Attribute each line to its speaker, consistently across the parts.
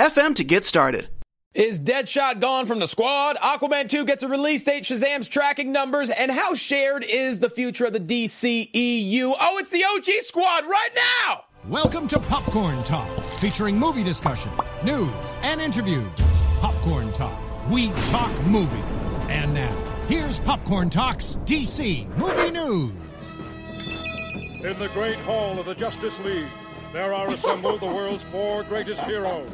Speaker 1: to get started.
Speaker 2: Is Deadshot gone from the squad? Aquaman 2 gets a release date, Shazam's tracking numbers, and how shared is the future of the DCEU? Oh, it's the OG squad right now!
Speaker 3: Welcome to Popcorn Talk, featuring movie discussion, news, and interviews. Popcorn Talk, we talk movies. And now, here's Popcorn Talk's DC Movie News.
Speaker 4: In the great hall of the Justice League, there are assembled the world's four greatest heroes,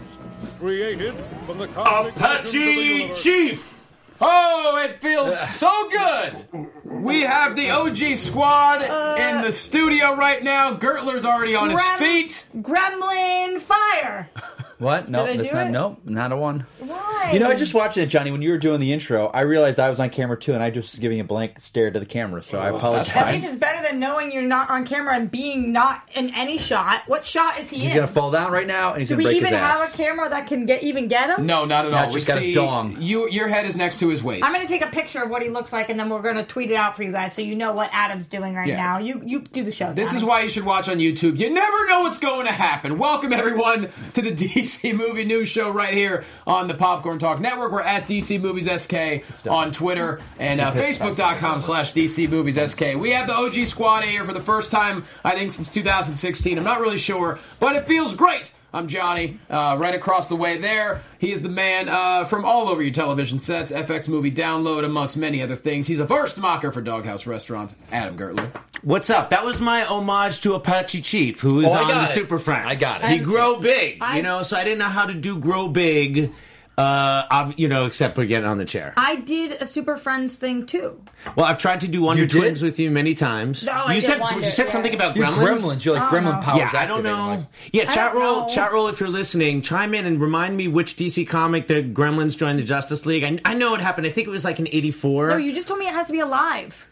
Speaker 4: created from the cosmic
Speaker 5: Apache
Speaker 4: legends of the universe.
Speaker 5: Chief!
Speaker 2: Oh, it feels so good! We have the OG squad in the studio right now. Gertler's already on his
Speaker 6: Uh, Grab-
Speaker 2: feet.
Speaker 6: Gremlin fire.
Speaker 7: What? No,
Speaker 6: Did I
Speaker 7: that's
Speaker 6: do
Speaker 7: not.
Speaker 6: it?
Speaker 7: Nope, not a one.
Speaker 6: Why?
Speaker 7: You know, I just watched it, Johnny. When you were doing the intro, I realized I was on camera too, and I just was giving a blank stare to the camera. So
Speaker 2: Oh,
Speaker 7: I
Speaker 6: At least
Speaker 7: apologize.
Speaker 6: it's better than knowing you're not on camera and being not in any shot. What shot is he in?
Speaker 7: He's gonna fall down right now, and he's
Speaker 6: Do
Speaker 7: gonna
Speaker 6: we
Speaker 7: break
Speaker 6: even
Speaker 7: his
Speaker 6: have a
Speaker 7: ass.
Speaker 6: camera that can get even get him?
Speaker 2: No, not at all.
Speaker 7: just
Speaker 2: we
Speaker 7: got his
Speaker 2: see
Speaker 7: dong.
Speaker 2: You, your head is next to his waist.
Speaker 6: I'm gonna take a picture of what he looks like, and then we're gonna tweet it out for you guys, so you know what Adam's doing right
Speaker 2: Yeah.
Speaker 6: now. You you do the show.
Speaker 2: This
Speaker 6: Adam.
Speaker 2: is why you should watch on YouTube. You never know what's going to happen. Welcome, everyone, to the DC Movie News Show right here on the Popcorn Talk Network. We're at DC Movies SK on Twitter and uh, Facebook.com slash DC Movies SK. We have the OG squad here for the first time, I think, since 2016. I'm not really sure, but it feels great. I'm Johnny, uh, right across the way there. He is the man uh, from all over your television sets, FX movie download, amongst many other things. He's a first mocker for Doghouse Restaurants, Adam Gertler.
Speaker 5: What's up? That was my homage to Apache Chief, who is
Speaker 7: Oh, I
Speaker 5: on
Speaker 7: got
Speaker 5: the
Speaker 7: it.
Speaker 5: Super Friends.
Speaker 7: I got it.
Speaker 5: He
Speaker 6: I'm-
Speaker 5: grow big,
Speaker 6: I-
Speaker 5: you know, so I didn't know how to do grow big, uh, ob- you know, except for getting on the chair.
Speaker 6: I did a Super Friends thing too.
Speaker 5: well, I've tried to do Wonder
Speaker 7: You did?
Speaker 5: Twins with you many times.
Speaker 6: No, I
Speaker 5: you
Speaker 6: did
Speaker 5: said
Speaker 6: Wonder,
Speaker 5: you said
Speaker 6: yeah.
Speaker 5: something about
Speaker 7: You're
Speaker 5: gremlins.
Speaker 7: gremlins. You're
Speaker 6: Oh,
Speaker 7: like gremlin powers.
Speaker 5: Yeah, I don't
Speaker 7: activated.
Speaker 5: know.
Speaker 7: Like,
Speaker 5: yeah, chat
Speaker 6: don't
Speaker 5: roll,
Speaker 6: know.
Speaker 5: chat roll. If you're listening, chime in and remind me which DC comic the Gremlins joined the Justice League. I, I know it happened. I think it was like in '84.
Speaker 6: No, you just told me it has to be alive.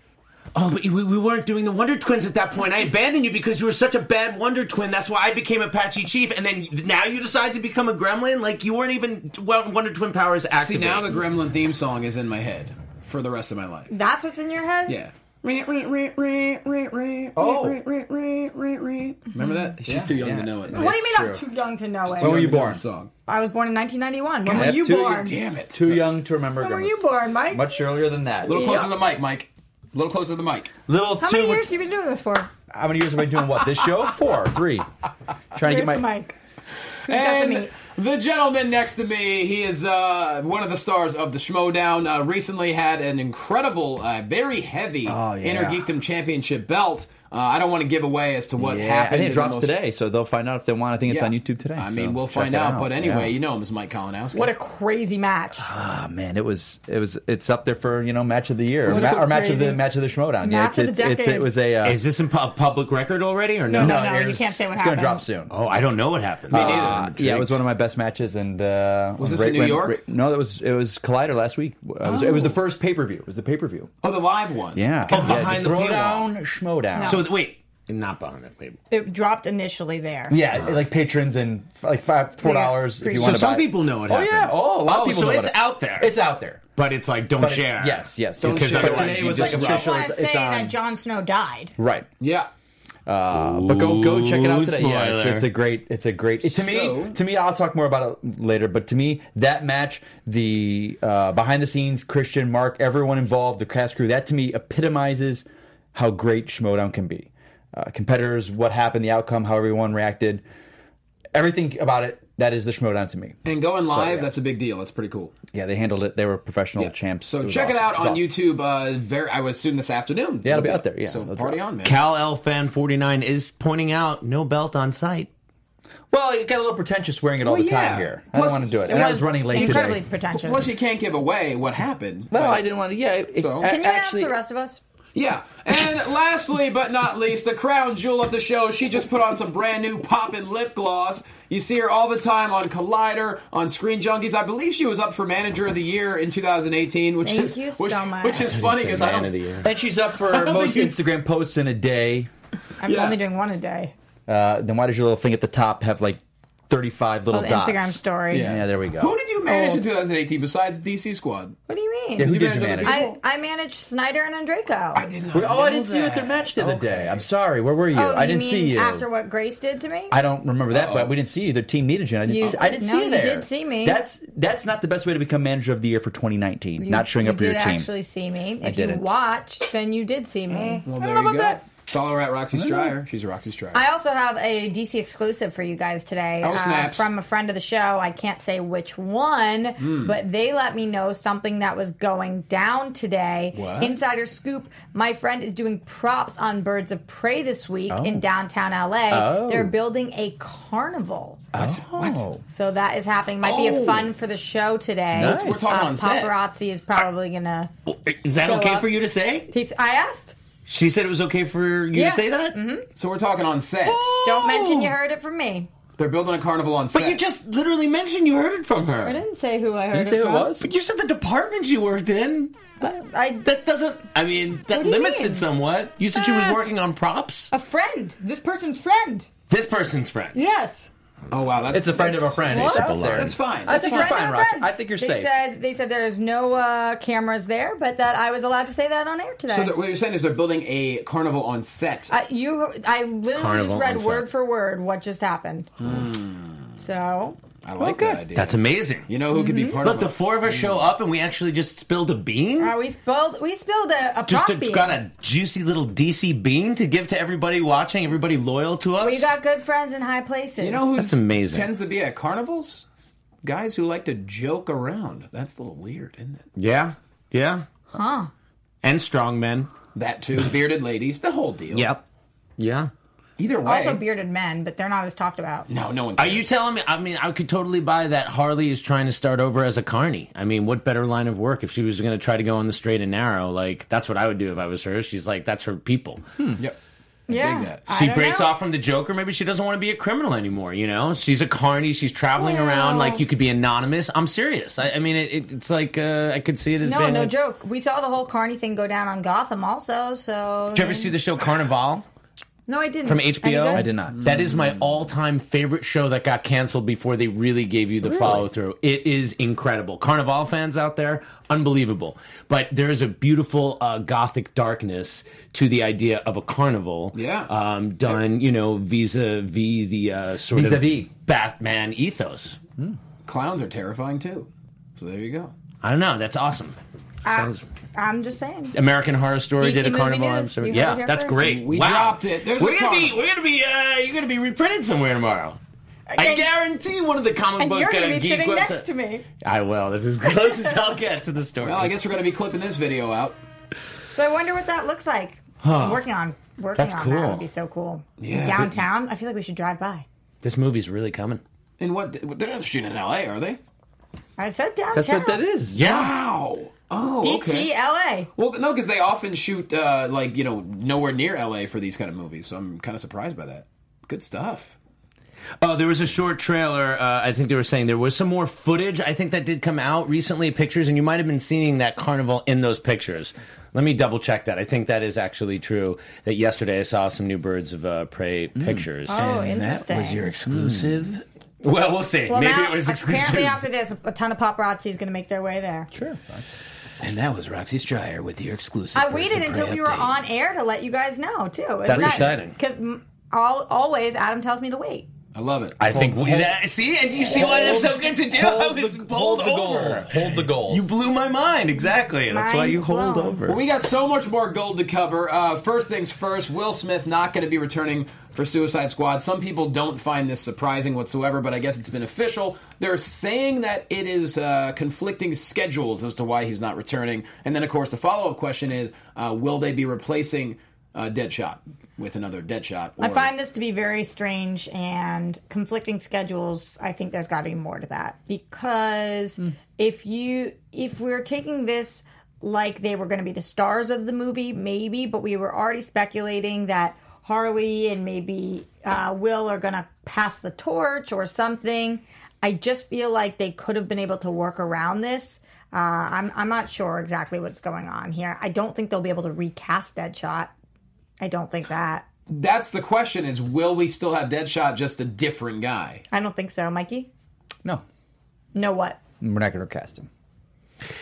Speaker 5: oh, but we, we weren't doing the Wonder Twins at that point. I abandoned you because you were such a bad Wonder Twin. That's why I became Apache Chief, and then now you decide to become a Gremlin. Like you weren't even well, Wonder Twin powers
Speaker 2: See,
Speaker 5: active.
Speaker 2: now the Gremlin theme song is in my head for the rest of my life.
Speaker 6: That's what's in your head.
Speaker 2: Yeah.
Speaker 7: Oh.
Speaker 2: Remember that? She's too young
Speaker 7: Yeah.
Speaker 2: to know it.
Speaker 6: What do you mean I'm too young to know it?
Speaker 7: When were you
Speaker 2: Remember
Speaker 7: born?
Speaker 2: the Song.
Speaker 6: I was born in 1991. When were
Speaker 7: Yep,
Speaker 6: you
Speaker 7: too-
Speaker 6: born?
Speaker 2: Damn it.
Speaker 7: Too young to remember.
Speaker 6: When were
Speaker 7: gremlins.
Speaker 6: you born, Mike?
Speaker 7: Much earlier than that.
Speaker 2: A little closer to the mic, Mike. A little closer to the mic.
Speaker 7: Little
Speaker 6: How
Speaker 7: too
Speaker 6: many
Speaker 7: much-
Speaker 6: years have you been doing this for?
Speaker 7: How many years have I been doing what? This show? Four, three.
Speaker 6: Here's
Speaker 7: Trying to get my.
Speaker 6: the mic.
Speaker 2: And
Speaker 6: meat.
Speaker 2: the gentleman next to me, he is uh, one of the stars of the Schmodown. Uh, recently had an incredible, uh, very heavy
Speaker 7: Oh, yeah.
Speaker 2: Inner Geekdom Championship belt. Uh, I don't want to give away as to what
Speaker 7: Yeah,
Speaker 2: happened.
Speaker 7: I think
Speaker 2: in
Speaker 7: it
Speaker 2: the
Speaker 7: drops
Speaker 2: most-
Speaker 7: today, so they'll find out if they want. I think it's
Speaker 2: Yeah.
Speaker 7: on YouTube today.
Speaker 2: I
Speaker 7: so
Speaker 2: mean, we'll
Speaker 7: check
Speaker 2: find
Speaker 7: it
Speaker 2: out. But anyway,
Speaker 7: Yeah.
Speaker 2: you know him as Mike Kalinowski.
Speaker 6: What a crazy match.
Speaker 7: Ah, man, it was it was it's up there for you know match of the year or,
Speaker 6: it
Speaker 7: ma-
Speaker 6: so
Speaker 7: or match of
Speaker 6: crazy?
Speaker 7: the match of the Schmodown.
Speaker 6: Match of the
Speaker 7: it
Speaker 6: decade.
Speaker 7: was a uh,
Speaker 5: is this in pu- a public record already or no?
Speaker 6: No, no, you
Speaker 7: it's-
Speaker 6: can't say what
Speaker 7: it's
Speaker 6: happened.
Speaker 7: gonna drop soon.
Speaker 5: Oh, I don't know what happened.
Speaker 7: Uh, yeah, it was one of my best matches, and uh,
Speaker 2: Was this in New York?
Speaker 7: no, that was it was Collider last week. Uh, It was, it was the first pay per view. It was the pay per view.
Speaker 2: Oh, the live one.
Speaker 7: Yeah,
Speaker 5: Oh, behind the
Speaker 7: throwdown, schmodown.
Speaker 5: So th- wait, not behind it. Wait.
Speaker 6: It dropped initially there.
Speaker 7: yeah, like patrons and f- like five four dollars if you
Speaker 6: So
Speaker 5: So
Speaker 7: want to.
Speaker 5: some
Speaker 7: buy.
Speaker 5: people know it.
Speaker 7: Oh
Speaker 5: happened.
Speaker 7: yeah, oh a lot of people.
Speaker 5: So
Speaker 7: know
Speaker 5: it's
Speaker 7: it.
Speaker 5: out there.
Speaker 7: It's out there.
Speaker 5: But it's like don't
Speaker 7: But it's-
Speaker 5: share.
Speaker 7: yes, yes.
Speaker 2: Don't
Speaker 7: because
Speaker 2: share.
Speaker 7: otherwise
Speaker 2: But today
Speaker 7: you
Speaker 2: was
Speaker 7: just-
Speaker 2: like
Speaker 6: You don't
Speaker 2: official,
Speaker 6: want to say that Jon Snow died.
Speaker 7: right.
Speaker 2: Yeah.
Speaker 7: Uh, but go go check it out
Speaker 5: Ooh,
Speaker 7: today. Yeah, it's,
Speaker 5: spoiler.
Speaker 7: it's a great. It's a great. to me,
Speaker 2: So-
Speaker 7: to me, I'll talk more about it later. But to me, that match, the uh, behind the scenes, Christian, Mark, everyone involved, the cast crew, that to me epitomizes how great Schmodown can be. Uh, competitors, what happened, the outcome, how everyone reacted, everything about it. That is the Schmodown to me.
Speaker 2: And going live,
Speaker 7: yeah.
Speaker 2: that's a big deal. That's pretty cool.
Speaker 7: Yeah, they handled it. They were professional
Speaker 2: Yeah.
Speaker 7: champs.
Speaker 2: So
Speaker 7: was
Speaker 2: check it
Speaker 7: awesome.
Speaker 2: out
Speaker 7: was
Speaker 2: on
Speaker 7: awesome.
Speaker 2: YouTube. Uh, very, I would assume this afternoon.
Speaker 7: Yeah, it'll be out there, yeah.
Speaker 2: so
Speaker 7: It'll
Speaker 2: party
Speaker 7: drop.
Speaker 2: on, man.
Speaker 5: Cal L fan forty nine is pointing out no belt on site.
Speaker 7: Well, it got a little pretentious wearing it all
Speaker 2: Well,
Speaker 7: the
Speaker 2: yeah.
Speaker 7: time here. I
Speaker 2: Plus,
Speaker 7: don't want to do it.
Speaker 2: it
Speaker 7: And I
Speaker 2: was
Speaker 7: was running late
Speaker 6: Incredibly
Speaker 7: today.
Speaker 6: pretentious.
Speaker 2: Plus, you can't give away what happened.
Speaker 7: Well,
Speaker 2: but-
Speaker 7: I didn't want to. Yeah. it-
Speaker 2: So?
Speaker 7: I-
Speaker 2: Can
Speaker 6: Can you
Speaker 7: actually-
Speaker 6: ask the rest of us?
Speaker 2: Yeah. And lastly but not least, the crown jewel of the show, she just put on some brand new poppin' lip gloss. You see her all the time on Collider, on Screen Junkies. I believe she was up for Manager of the Year in 2018, which
Speaker 6: Thank
Speaker 2: is
Speaker 6: you
Speaker 2: which,
Speaker 6: so much.
Speaker 2: which is funny because I don't.
Speaker 7: And she's up for most
Speaker 2: you-
Speaker 7: Instagram posts in a day.
Speaker 6: I'm
Speaker 2: Yeah.
Speaker 6: only doing one a day.
Speaker 7: Uh, then why does your little thing at the top have like 35 little
Speaker 6: Oh, the
Speaker 7: dots?
Speaker 6: Instagram story.
Speaker 7: Yeah. there we go.
Speaker 2: Who did you manage
Speaker 6: Oh.
Speaker 2: in 2018 besides DC Squad?
Speaker 6: What do you mean?
Speaker 7: Yeah, who
Speaker 2: you
Speaker 7: did you
Speaker 2: manage other
Speaker 7: manage?
Speaker 2: people?
Speaker 6: I, I managed Snyder and Andrico. I
Speaker 2: did not.
Speaker 7: Wait, oh, I didn't
Speaker 2: know
Speaker 7: see you at their
Speaker 2: that.
Speaker 7: match the other day. I'm sorry. Where were you? I didn't
Speaker 6: Oh, mean
Speaker 7: see you.
Speaker 6: After what Grace did to me?
Speaker 7: I don't remember that, but we didn't see you. Their team needed you. and I didn't,
Speaker 6: You-
Speaker 7: see, I didn't
Speaker 6: no,
Speaker 7: see you
Speaker 6: you
Speaker 7: there.
Speaker 6: did see me.
Speaker 7: That's that's not the best way to become manager of the year for 2019.
Speaker 6: You-
Speaker 7: not showing up for
Speaker 6: you
Speaker 7: your
Speaker 6: did
Speaker 7: team.
Speaker 6: actually see me.
Speaker 7: I
Speaker 6: if
Speaker 7: didn't.
Speaker 6: you watched, then you did see me.
Speaker 2: Oh, Well, there you go. Follow her at Roxy Stryer. She's a Roxy Stryer.
Speaker 6: Mm-hmm. I also have a DC exclusive for you guys today. uh,
Speaker 2: Oh, snaps.
Speaker 6: from a friend of the show. I can't say which one, but they let me know something that was going down today.
Speaker 2: What?
Speaker 6: Insider scoop. My friend is doing props on Birds of Prey this week in downtown LA.
Speaker 7: Oh.
Speaker 6: They're building a carnival.
Speaker 7: Oh.
Speaker 6: So that is happening. Might be
Speaker 2: Oh.
Speaker 6: a fun for the show today.
Speaker 7: Nice. We're talking
Speaker 6: Uh,
Speaker 2: on set.
Speaker 6: paparazzi is probably gonna.
Speaker 5: Is that
Speaker 6: Show
Speaker 5: okay
Speaker 6: up.
Speaker 5: for you to say?
Speaker 6: He's, I asked.
Speaker 5: She said it was okay for you
Speaker 6: Yeah.
Speaker 5: to say that? Mm-hmm.
Speaker 2: so we're talking on set.
Speaker 6: Don't mention you heard it from me.
Speaker 2: They're building a carnival on set.
Speaker 5: But you just literally mentioned you heard it from her.
Speaker 6: I didn't say who I heard
Speaker 7: Did you say who it
Speaker 6: from.
Speaker 7: was?
Speaker 5: But you said the department you worked in.
Speaker 6: I,
Speaker 5: That doesn't. I mean,
Speaker 6: What
Speaker 5: that
Speaker 6: do you
Speaker 5: limits
Speaker 6: mean?
Speaker 5: it somewhat. You said she was
Speaker 6: Ah.
Speaker 5: working on props.
Speaker 6: a friend. This person's friend.
Speaker 5: This person's friend.
Speaker 6: Yes.
Speaker 2: oh wow, that's
Speaker 7: It's a friend of a friend.
Speaker 6: What?
Speaker 7: It's up there.
Speaker 2: That's fine.
Speaker 7: I
Speaker 2: That's
Speaker 7: think
Speaker 2: fine.
Speaker 7: you're
Speaker 6: Friend
Speaker 7: fine,
Speaker 6: of a
Speaker 7: Rox.
Speaker 6: friend.
Speaker 7: I think you're
Speaker 6: they
Speaker 7: safe.
Speaker 6: Said, they said there's no uh, cameras there, but that I was allowed to say that on air today.
Speaker 2: So that- what you're saying is they're building a carnival on set.
Speaker 6: I, you, I literally
Speaker 5: Carnival
Speaker 6: just read
Speaker 5: on
Speaker 6: word
Speaker 5: set.
Speaker 6: for word what just happened.
Speaker 5: Hmm.
Speaker 6: So
Speaker 2: I like that idea.
Speaker 5: That's amazing.
Speaker 2: you know who could be
Speaker 6: Mm-hmm.
Speaker 2: part
Speaker 5: But
Speaker 2: of
Speaker 5: the
Speaker 2: it?
Speaker 5: four of us show up and we actually just spilled a bean.
Speaker 6: uh, we spilled, we spilled a, a
Speaker 5: just
Speaker 6: prop
Speaker 5: a,
Speaker 6: bean.
Speaker 5: got a juicy little DC bean to give to everybody watching, everybody loyal to us.
Speaker 6: We got good friends in high places.
Speaker 2: You know who
Speaker 5: That's amazing.
Speaker 2: tends to be at carnivals? Guys who like to joke around. That's a little weird, isn't it?
Speaker 5: yeah, yeah, huh? And strong men.
Speaker 2: That too. Bearded ladies. The whole deal.
Speaker 5: Yep. Yeah.
Speaker 2: Either way.
Speaker 6: also bearded men, but they're not as talked about.
Speaker 2: no, no one.
Speaker 5: Are
Speaker 2: cares.
Speaker 5: you telling me? I mean, I could totally buy that Harley is trying to start over as a carny. I mean, what better line of work if she was going to try to go on the straight and narrow? Like, that's what I would do if I was her. She's like, that's her people.
Speaker 2: Yep.
Speaker 6: Yeah,
Speaker 2: dig that.
Speaker 6: Hmm. I
Speaker 5: She
Speaker 6: don't
Speaker 5: breaks
Speaker 6: know.
Speaker 5: off from the Joker. Maybe she doesn't want to be a criminal anymore. You know, she's a carny. She's traveling
Speaker 6: Well-
Speaker 5: around like you could be anonymous. I'm serious. I, I mean, it, it, it's like uh, I could see it as
Speaker 6: No,
Speaker 5: being
Speaker 6: no
Speaker 5: like-
Speaker 6: joke. We saw the whole Carney thing go down on Gotham, also. So
Speaker 5: Did you ever see the show Carnival?
Speaker 6: No, I didn't.
Speaker 5: from
Speaker 6: Any
Speaker 5: HBO?
Speaker 6: good?
Speaker 7: I did not.
Speaker 5: That is
Speaker 2: Mm.
Speaker 5: my all-time favorite show that got canceled before they really gave you the follow-through. It is incredible. Carnival fans out there, unbelievable. But there is a beautiful uh, gothic darkness to the idea of a carnival.
Speaker 2: Yeah.
Speaker 5: Um, done, you know, vis-a-vis the uh, sort
Speaker 7: Vis-a-vis.
Speaker 5: of Batman ethos.
Speaker 2: Clowns are terrifying too. So there you go.
Speaker 5: I don't know. That's awesome.
Speaker 6: Uh,
Speaker 5: Sounds-
Speaker 6: I'm just saying.
Speaker 5: American Horror Story
Speaker 6: DC
Speaker 5: did a
Speaker 6: Movie
Speaker 5: carnival.
Speaker 6: News.
Speaker 5: I'm sorry.
Speaker 6: You heard it
Speaker 5: yeah,
Speaker 6: here
Speaker 5: that's
Speaker 6: first.
Speaker 5: great.
Speaker 2: We
Speaker 5: Wow.
Speaker 2: dropped it. There's
Speaker 5: we're
Speaker 2: a
Speaker 5: gonna be.
Speaker 2: carnival.
Speaker 5: We're gonna be. Uh, you're gonna be reprinted somewhere tomorrow. I
Speaker 6: And-
Speaker 5: guarantee one of the comic
Speaker 6: And
Speaker 5: book
Speaker 6: you're
Speaker 5: uh,
Speaker 6: going to be
Speaker 5: geek
Speaker 6: sitting
Speaker 5: website-
Speaker 6: next to me.
Speaker 5: I will. That's as close as I'll get to the story.
Speaker 2: Well, I guess we're going to be clipping this video out.
Speaker 6: So I wonder what that looks like. I'm working on working
Speaker 5: That's
Speaker 6: on
Speaker 5: cool.
Speaker 6: that would be so cool.
Speaker 2: Yeah.
Speaker 6: Downtown, I feel like we should drive by.
Speaker 5: this movie's really coming.
Speaker 2: And what? They're not shooting in L.A., are they?
Speaker 6: I said downtown.
Speaker 7: That's what that is.
Speaker 5: Yeah.
Speaker 2: Wow. Oh, okay.
Speaker 6: DTLA.
Speaker 2: Well, no, because they often shoot uh, like you know nowhere near L.A. for these kind of movies. So I'm kind of surprised by that. Good stuff.
Speaker 5: Oh, there was a short trailer. Uh, I think they were saying there was some more footage. I think that did come out recently, pictures, and you might have been seeing that carnival in those pictures. Let me double check that. I think that is actually true. That yesterday I saw some new Birds of uh, Prey pictures.
Speaker 6: Oh, interesting.
Speaker 2: exclusive.
Speaker 5: Well, we'll see.
Speaker 6: well,
Speaker 5: Maybe
Speaker 6: now,
Speaker 5: it was exclusive.
Speaker 6: Apparently, after this, a ton of paparazzi is going to make their way there.
Speaker 7: Sure.
Speaker 2: And that was Roxy Stryer with your exclusive.
Speaker 6: I waited until we were on air to let you guys know too.
Speaker 5: That's exciting.
Speaker 6: because all, always Adam tells me to wait.
Speaker 2: I love it.
Speaker 5: I think we, that, see, and you see why that's so good to do. I was bowled over.
Speaker 7: Hold the goal.
Speaker 5: You blew my mind. Exactly. That's why
Speaker 6: Mind
Speaker 5: you hold
Speaker 6: blown.
Speaker 5: over.
Speaker 2: Well, we got so much more gold to cover. Uh, first things first, Will Smith not going to be returning for Suicide Squad. Some people don't find this surprising whatsoever, but I guess it's been official. They're saying that it is uh, conflicting schedules as to why he's not returning. And then, of course, the follow up question is uh, will they be replacing uh, Deadshot with another Deadshot?
Speaker 6: I find this to be very strange and conflicting schedules. I think there's got to be more to that because if you if we're taking this like they were going to be the stars of the movie, maybe, but we were already speculating that Harley and maybe uh, Will are going to pass the torch or something. I just feel like they could have been able to work around this. Uh, I'm I'm not sure exactly what's going on here. I don't think they'll be able to recast Deadshot. I don't think that.
Speaker 2: That's the question: is will we still have Deadshot, just a different guy?
Speaker 6: I don't think so, Mikey.
Speaker 7: No,
Speaker 6: No, what?
Speaker 7: we're not going to cast him.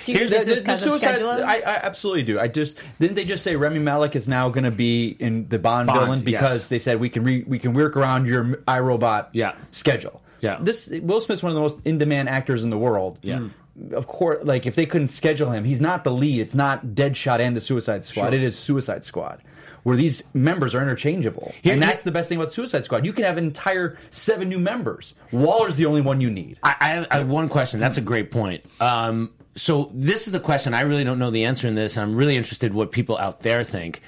Speaker 6: Do you
Speaker 7: Here-
Speaker 6: think this
Speaker 7: the-
Speaker 6: is
Speaker 7: the- the
Speaker 6: because of
Speaker 7: Suicides-
Speaker 6: scheduling?
Speaker 7: I, I absolutely do. I just didn't they just say Remy Malik is now going to be in the Bond,
Speaker 5: Bond,
Speaker 7: villain because
Speaker 5: yes.
Speaker 7: they said we can re, we can work around your iRobot
Speaker 5: Yeah.
Speaker 7: schedule.
Speaker 5: Yeah.
Speaker 7: this Will Smith's one of the most in demand actors in the world. Mm.
Speaker 5: Yeah.
Speaker 7: Of course, like if they couldn't schedule him, he's not the lead. It's not Deadshot and the Suicide Squad. It is Suicide Squad, where these members are interchangeable.
Speaker 5: Here-
Speaker 7: and that's the best thing about Suicide Squad. You can have an entire seven new members. Waller's the only one you need.
Speaker 5: I, I, I have one question. That's a great point. Um, so this is the question. I really don't know the answer in this. I'm really interested what people out there think.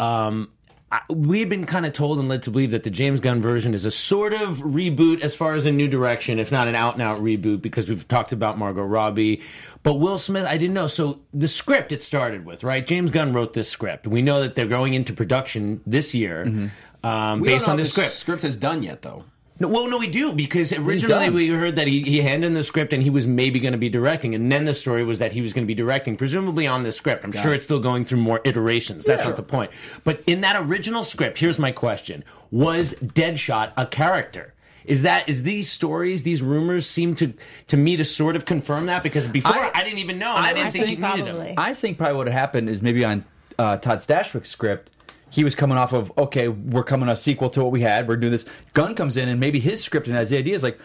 Speaker 5: Um, I, we've been kind of told and led to believe that the James Gunn version is a sort of reboot as far as a new direction, if not an out and out reboot, because we've talked about Margot Robbie. But Will Smith, I didn't know. So the script it started with, right? James Gunn wrote this script. We know that they're going into production this year um,
Speaker 2: Mm-hmm. We don't
Speaker 5: based
Speaker 2: know
Speaker 5: on
Speaker 2: if
Speaker 5: this
Speaker 2: the
Speaker 5: script.
Speaker 2: Script is done yet, though.
Speaker 5: No, well, no, we do because originally
Speaker 7: done.
Speaker 5: we heard that he, he handed in the script and he was maybe going to be directing, and then the story was that he was going to be directing, presumably on the script. I'm sure it's still going through more iterations. That's not the point. But in that original script, here's my question: Was Deadshot a character? Is that is these stories, these rumors seem to to me to sort of confirm that because before I,
Speaker 7: I-
Speaker 5: didn't even know, and I, didn't
Speaker 6: I
Speaker 5: think,
Speaker 6: think
Speaker 5: it needed him.
Speaker 6: probably.
Speaker 7: I think probably what had happened is maybe on uh, Todd Stashwick's script, he was coming off of okay, we're coming a sequel to what we had. We're doing this. Gunn comes in, and maybe his script and has the ideas like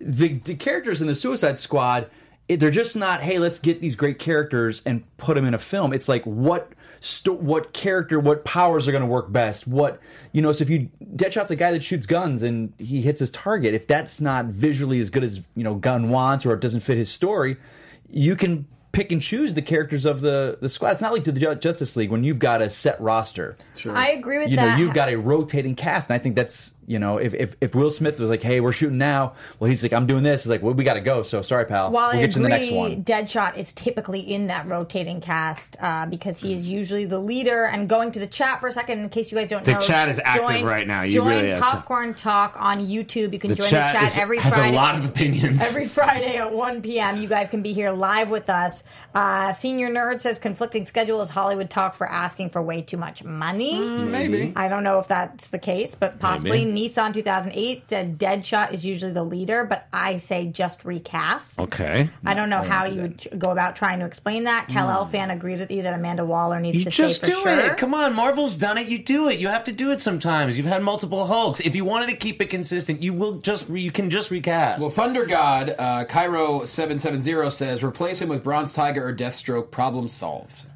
Speaker 7: the, the characters in the Suicide Squad. it- They're just not. Hey, let's get these great characters and put them in a film. It's like what sto- what character, what powers are going to work best. What you know. So if you Deadshot's a guy that shoots guns and he hits his target. If that's not visually as good as you know Gunn wants, or it doesn't fit his story, you can pick and choose the characters of the, the squad. It's not like to the Ju- Justice League when you've got a set roster. Sure.
Speaker 6: I agree with
Speaker 7: you
Speaker 6: that.
Speaker 7: know, you've got a rotating cast, and I think that's you know, if, if if Will Smith was like, "Hey, we're shooting now," well, he's like, "I'm doing this." It's like, "Well, we got to go." So sorry, pal.
Speaker 6: While
Speaker 7: we'll
Speaker 6: I
Speaker 7: get
Speaker 6: agree,
Speaker 7: you in the next one.
Speaker 6: Deadshot is typically in that rotating cast uh, because he is usually the leader. And going to the chat for a second, in case you guys don't
Speaker 5: The
Speaker 6: know,
Speaker 5: chat is active right now. You
Speaker 6: join
Speaker 5: really have to-
Speaker 6: Popcorn Talk on YouTube. You can join the chat
Speaker 5: is-
Speaker 6: every
Speaker 5: has
Speaker 6: Friday.
Speaker 5: a lot of opinions.
Speaker 6: Every Friday at 1 p.m., you guys can be here live with us. Uh, Senior Nerd says conflicting schedule is Hollywood talk for asking for way too much money.
Speaker 2: Maybe.
Speaker 6: I don't know if that's the case, but possibly. Nissan 2008 said Deadshot is usually the leader, but I say just recast.
Speaker 5: okay,
Speaker 6: I don't know how you would t- go about trying to explain that. Cal El
Speaker 5: Hmm.
Speaker 6: fan agreed with you that Amanda Waller needs
Speaker 5: You
Speaker 6: to
Speaker 5: just
Speaker 6: stay
Speaker 5: do
Speaker 6: for sure.
Speaker 5: it. Come on, Marvel's done it. You do it. You have to do it sometimes. You've had multiple Hulks. If you wanted to keep it consistent, you will just re- you can just recast.
Speaker 2: Well, Thunder God uh, Cairo seven seven zero says replace him with Bronze Tiger or Deathstroke. Problem solved.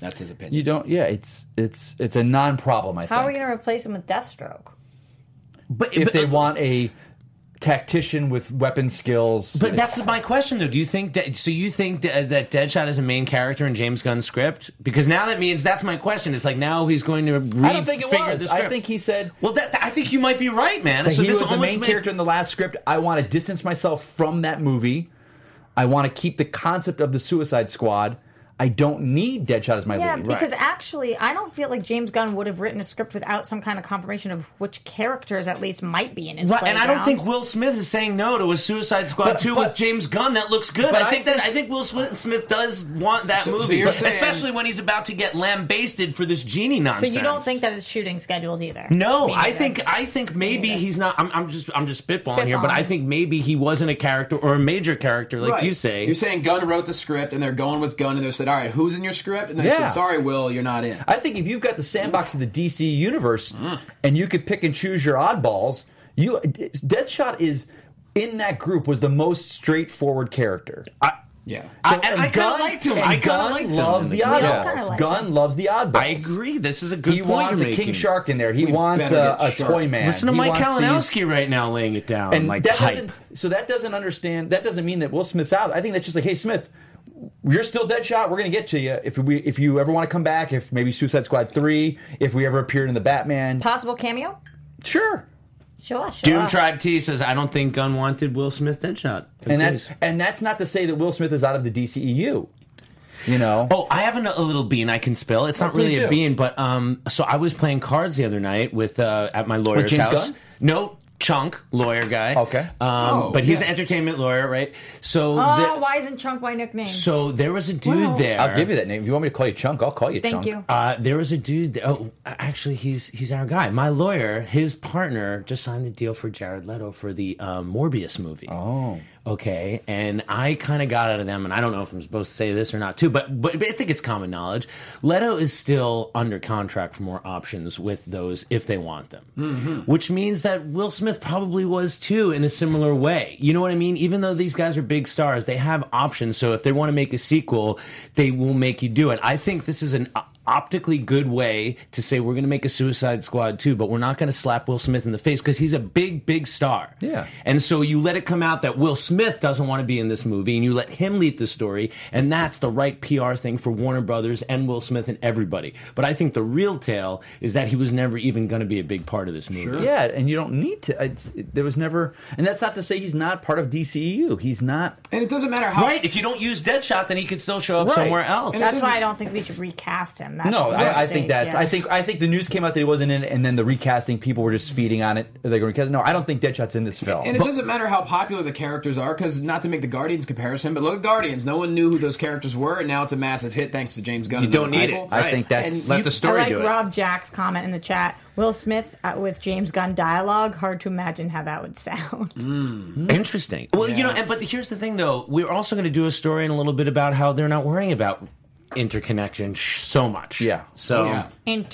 Speaker 2: That's his opinion.
Speaker 7: You don't. Yeah, it's it's it's a non-problem. I
Speaker 6: How are we
Speaker 7: think
Speaker 6: going to replace him with Deathstroke?
Speaker 5: but uh,
Speaker 7: if they want a tactician with weapon skills,
Speaker 5: But that's my question, though. Do you think that? So you think that, uh, that Deadshot is a main character in James Gunn's script? Because now that means that's my question. It's like now he's going to refigure
Speaker 7: I don't think it
Speaker 5: the
Speaker 7: was.
Speaker 5: script.
Speaker 7: I think he said.
Speaker 5: Well, that, I think you might be right, man.
Speaker 7: that
Speaker 5: So
Speaker 7: he
Speaker 5: this
Speaker 7: was the
Speaker 5: almost
Speaker 7: main
Speaker 5: made-
Speaker 7: character in the last script. I want to distance myself from that movie. I want to keep the concept of the Suicide Squad. I don't need Deadshot as my
Speaker 6: Yeah,
Speaker 7: lead.
Speaker 6: because actually, I don't feel like James Gunn would have written a script without some kind of confirmation of which characters at least might be in his
Speaker 5: Right, and I don't
Speaker 6: playground.
Speaker 5: think Will Smith is saying no to a Suicide Squad
Speaker 7: But-
Speaker 5: 2
Speaker 7: but-
Speaker 5: with James Gunn. That looks good.
Speaker 7: but
Speaker 5: I
Speaker 7: I
Speaker 5: think that I think Will Smith, Smith does want that
Speaker 2: So- so
Speaker 5: movie,
Speaker 2: you're
Speaker 5: but-
Speaker 2: saying-
Speaker 5: especially when he's about to get lambasted for this genie
Speaker 6: So
Speaker 5: nonsense.
Speaker 6: you don't think that it's shooting schedules either?
Speaker 5: No,
Speaker 6: Me
Speaker 5: I
Speaker 6: neither.
Speaker 5: think I think maybe he's not. I'm, I'm just I'm just spitballing here, but
Speaker 6: Spitballing.
Speaker 5: I think maybe he wasn't a character or a major character like
Speaker 2: Right.
Speaker 5: you say.
Speaker 2: You're saying Gunn wrote the script, and they're going with Gunn, and they said, "All right, who's in your script?" And they
Speaker 7: Yeah.
Speaker 2: said, "Sorry, Will, you're not in."
Speaker 7: I think if you've got the sandbox of the DC universe and you could pick and choose your oddballs, you Deadshot is in that group was the most straightforward character.
Speaker 2: yeah.
Speaker 5: I- and I kinda
Speaker 7: Gunn-
Speaker 5: liked him.
Speaker 7: and
Speaker 5: I kinda
Speaker 7: Gunn
Speaker 5: liked him.
Speaker 7: loves the
Speaker 5: We
Speaker 6: all
Speaker 7: oddballs.
Speaker 6: kinda liked
Speaker 7: Gunn loves the oddballs.
Speaker 5: I agree. This is a good
Speaker 7: He
Speaker 5: point.
Speaker 7: wants
Speaker 5: you're
Speaker 7: a
Speaker 5: making.
Speaker 7: king shark in there. He
Speaker 2: We
Speaker 7: wants
Speaker 2: better
Speaker 7: a,
Speaker 2: get
Speaker 7: a
Speaker 2: Shark.
Speaker 7: toy man.
Speaker 5: Listen to
Speaker 7: He
Speaker 5: Mike
Speaker 7: wants these-
Speaker 5: Kalinowski right now laying it down like
Speaker 7: that
Speaker 5: hype.
Speaker 7: doesn't so that doesn't understand that doesn't mean that Will Smith's out. I think that's just like, hey Smith, you're still Deadshot. We're gonna get to you if we if you ever want to come back. If maybe Suicide Squad three, if we ever appeared in the Batman,
Speaker 6: possible cameo.
Speaker 7: sure.
Speaker 6: Sure, sure.
Speaker 5: Doom Tribe T says I don't think Gunn wanted Will Smith Deadshot.
Speaker 7: And that's and that's not to say that Will Smith is out of the DCEU. You know,
Speaker 5: Oh, I have an- a little bean I can spill. It's not
Speaker 7: Oh, please
Speaker 5: really a
Speaker 7: do.
Speaker 5: bean, but um. So I was playing cards the other night with uh at my lawyer's
Speaker 7: James
Speaker 5: house.
Speaker 7: Gunn?
Speaker 5: No, Chunk, lawyer guy.
Speaker 7: Okay.
Speaker 5: Um,
Speaker 2: Oh,
Speaker 5: but he's
Speaker 2: yeah.
Speaker 5: an entertainment lawyer, right? So,
Speaker 6: Oh,
Speaker 5: the-
Speaker 6: why isn't Chunk my nickname?
Speaker 5: so there was a dude there.
Speaker 7: I'll give you that name. If you want me to call you Chunk, I'll call you Chunk.
Speaker 6: Thank you.
Speaker 5: Uh, there was a dude. Oh, actually, he's he's our guy. My lawyer, his partner, just signed the deal for Jared Leto for the uh, Morbius movie. Oh, okay. And I kind of got out of them, and I don't know if I'm supposed to say this or not too, but but I think it's common knowledge. Leto is still under contract for more options with those if they want them, which means that Will Smith probably was too in a similar way. You know what I mean? Even though these guys are big stars, they have options. So if they want to make a sequel, they will make you do it. I think this is an uh, optically good way to say we're going to make a Suicide Squad too, but we're not going to slap Will Smith in the face because he's a big, big star.
Speaker 7: Yeah.
Speaker 5: And so you let it come out that Will Smith doesn't want to be in this movie and you let him lead the story, and that's the right PR thing for Warner Brothers and Will Smith and everybody. But I think the real tale is that he was never even going to be a big part of this movie.
Speaker 7: Yeah, and you don't need to. It's, it, there was never, and that's not to say he's not part of DCEU. He's not.
Speaker 2: And it doesn't matter how.
Speaker 5: Right, if you don't use Deadshot, then he could still show up
Speaker 7: Right.
Speaker 5: somewhere else.
Speaker 6: That's why I don't think we should recast him. That's
Speaker 7: No,
Speaker 6: the
Speaker 7: I, I
Speaker 6: mistake,
Speaker 7: think that's.
Speaker 6: yeah.
Speaker 7: I think I think the news came out that he wasn't in it, and then the recasting people were just feeding on it. They're going to recast. No, I don't think Deadshot's in this film.
Speaker 2: And it doesn't matter how popular the characters are, because not to make the Guardians comparison, but look at Guardians. No one knew who those characters were, and now it's a massive hit thanks to James Gunn.
Speaker 5: You
Speaker 2: and the
Speaker 5: don't need
Speaker 2: people.
Speaker 5: it.
Speaker 7: I
Speaker 5: Right.
Speaker 7: think
Speaker 2: And
Speaker 7: that's.
Speaker 5: Let
Speaker 2: you-
Speaker 5: the
Speaker 6: I
Speaker 5: story
Speaker 6: like
Speaker 5: do it.
Speaker 6: Rob Jack's comment in the chat. Will Smith uh, with James Gunn dialogue. Hard to imagine how that would sound.
Speaker 5: Interesting. Well, you know, and, but here's the thing, though. We're also going to do a story in a little bit about how they're not worrying about interconnection sh- so much.
Speaker 7: Yeah.
Speaker 5: So
Speaker 2: Yeah.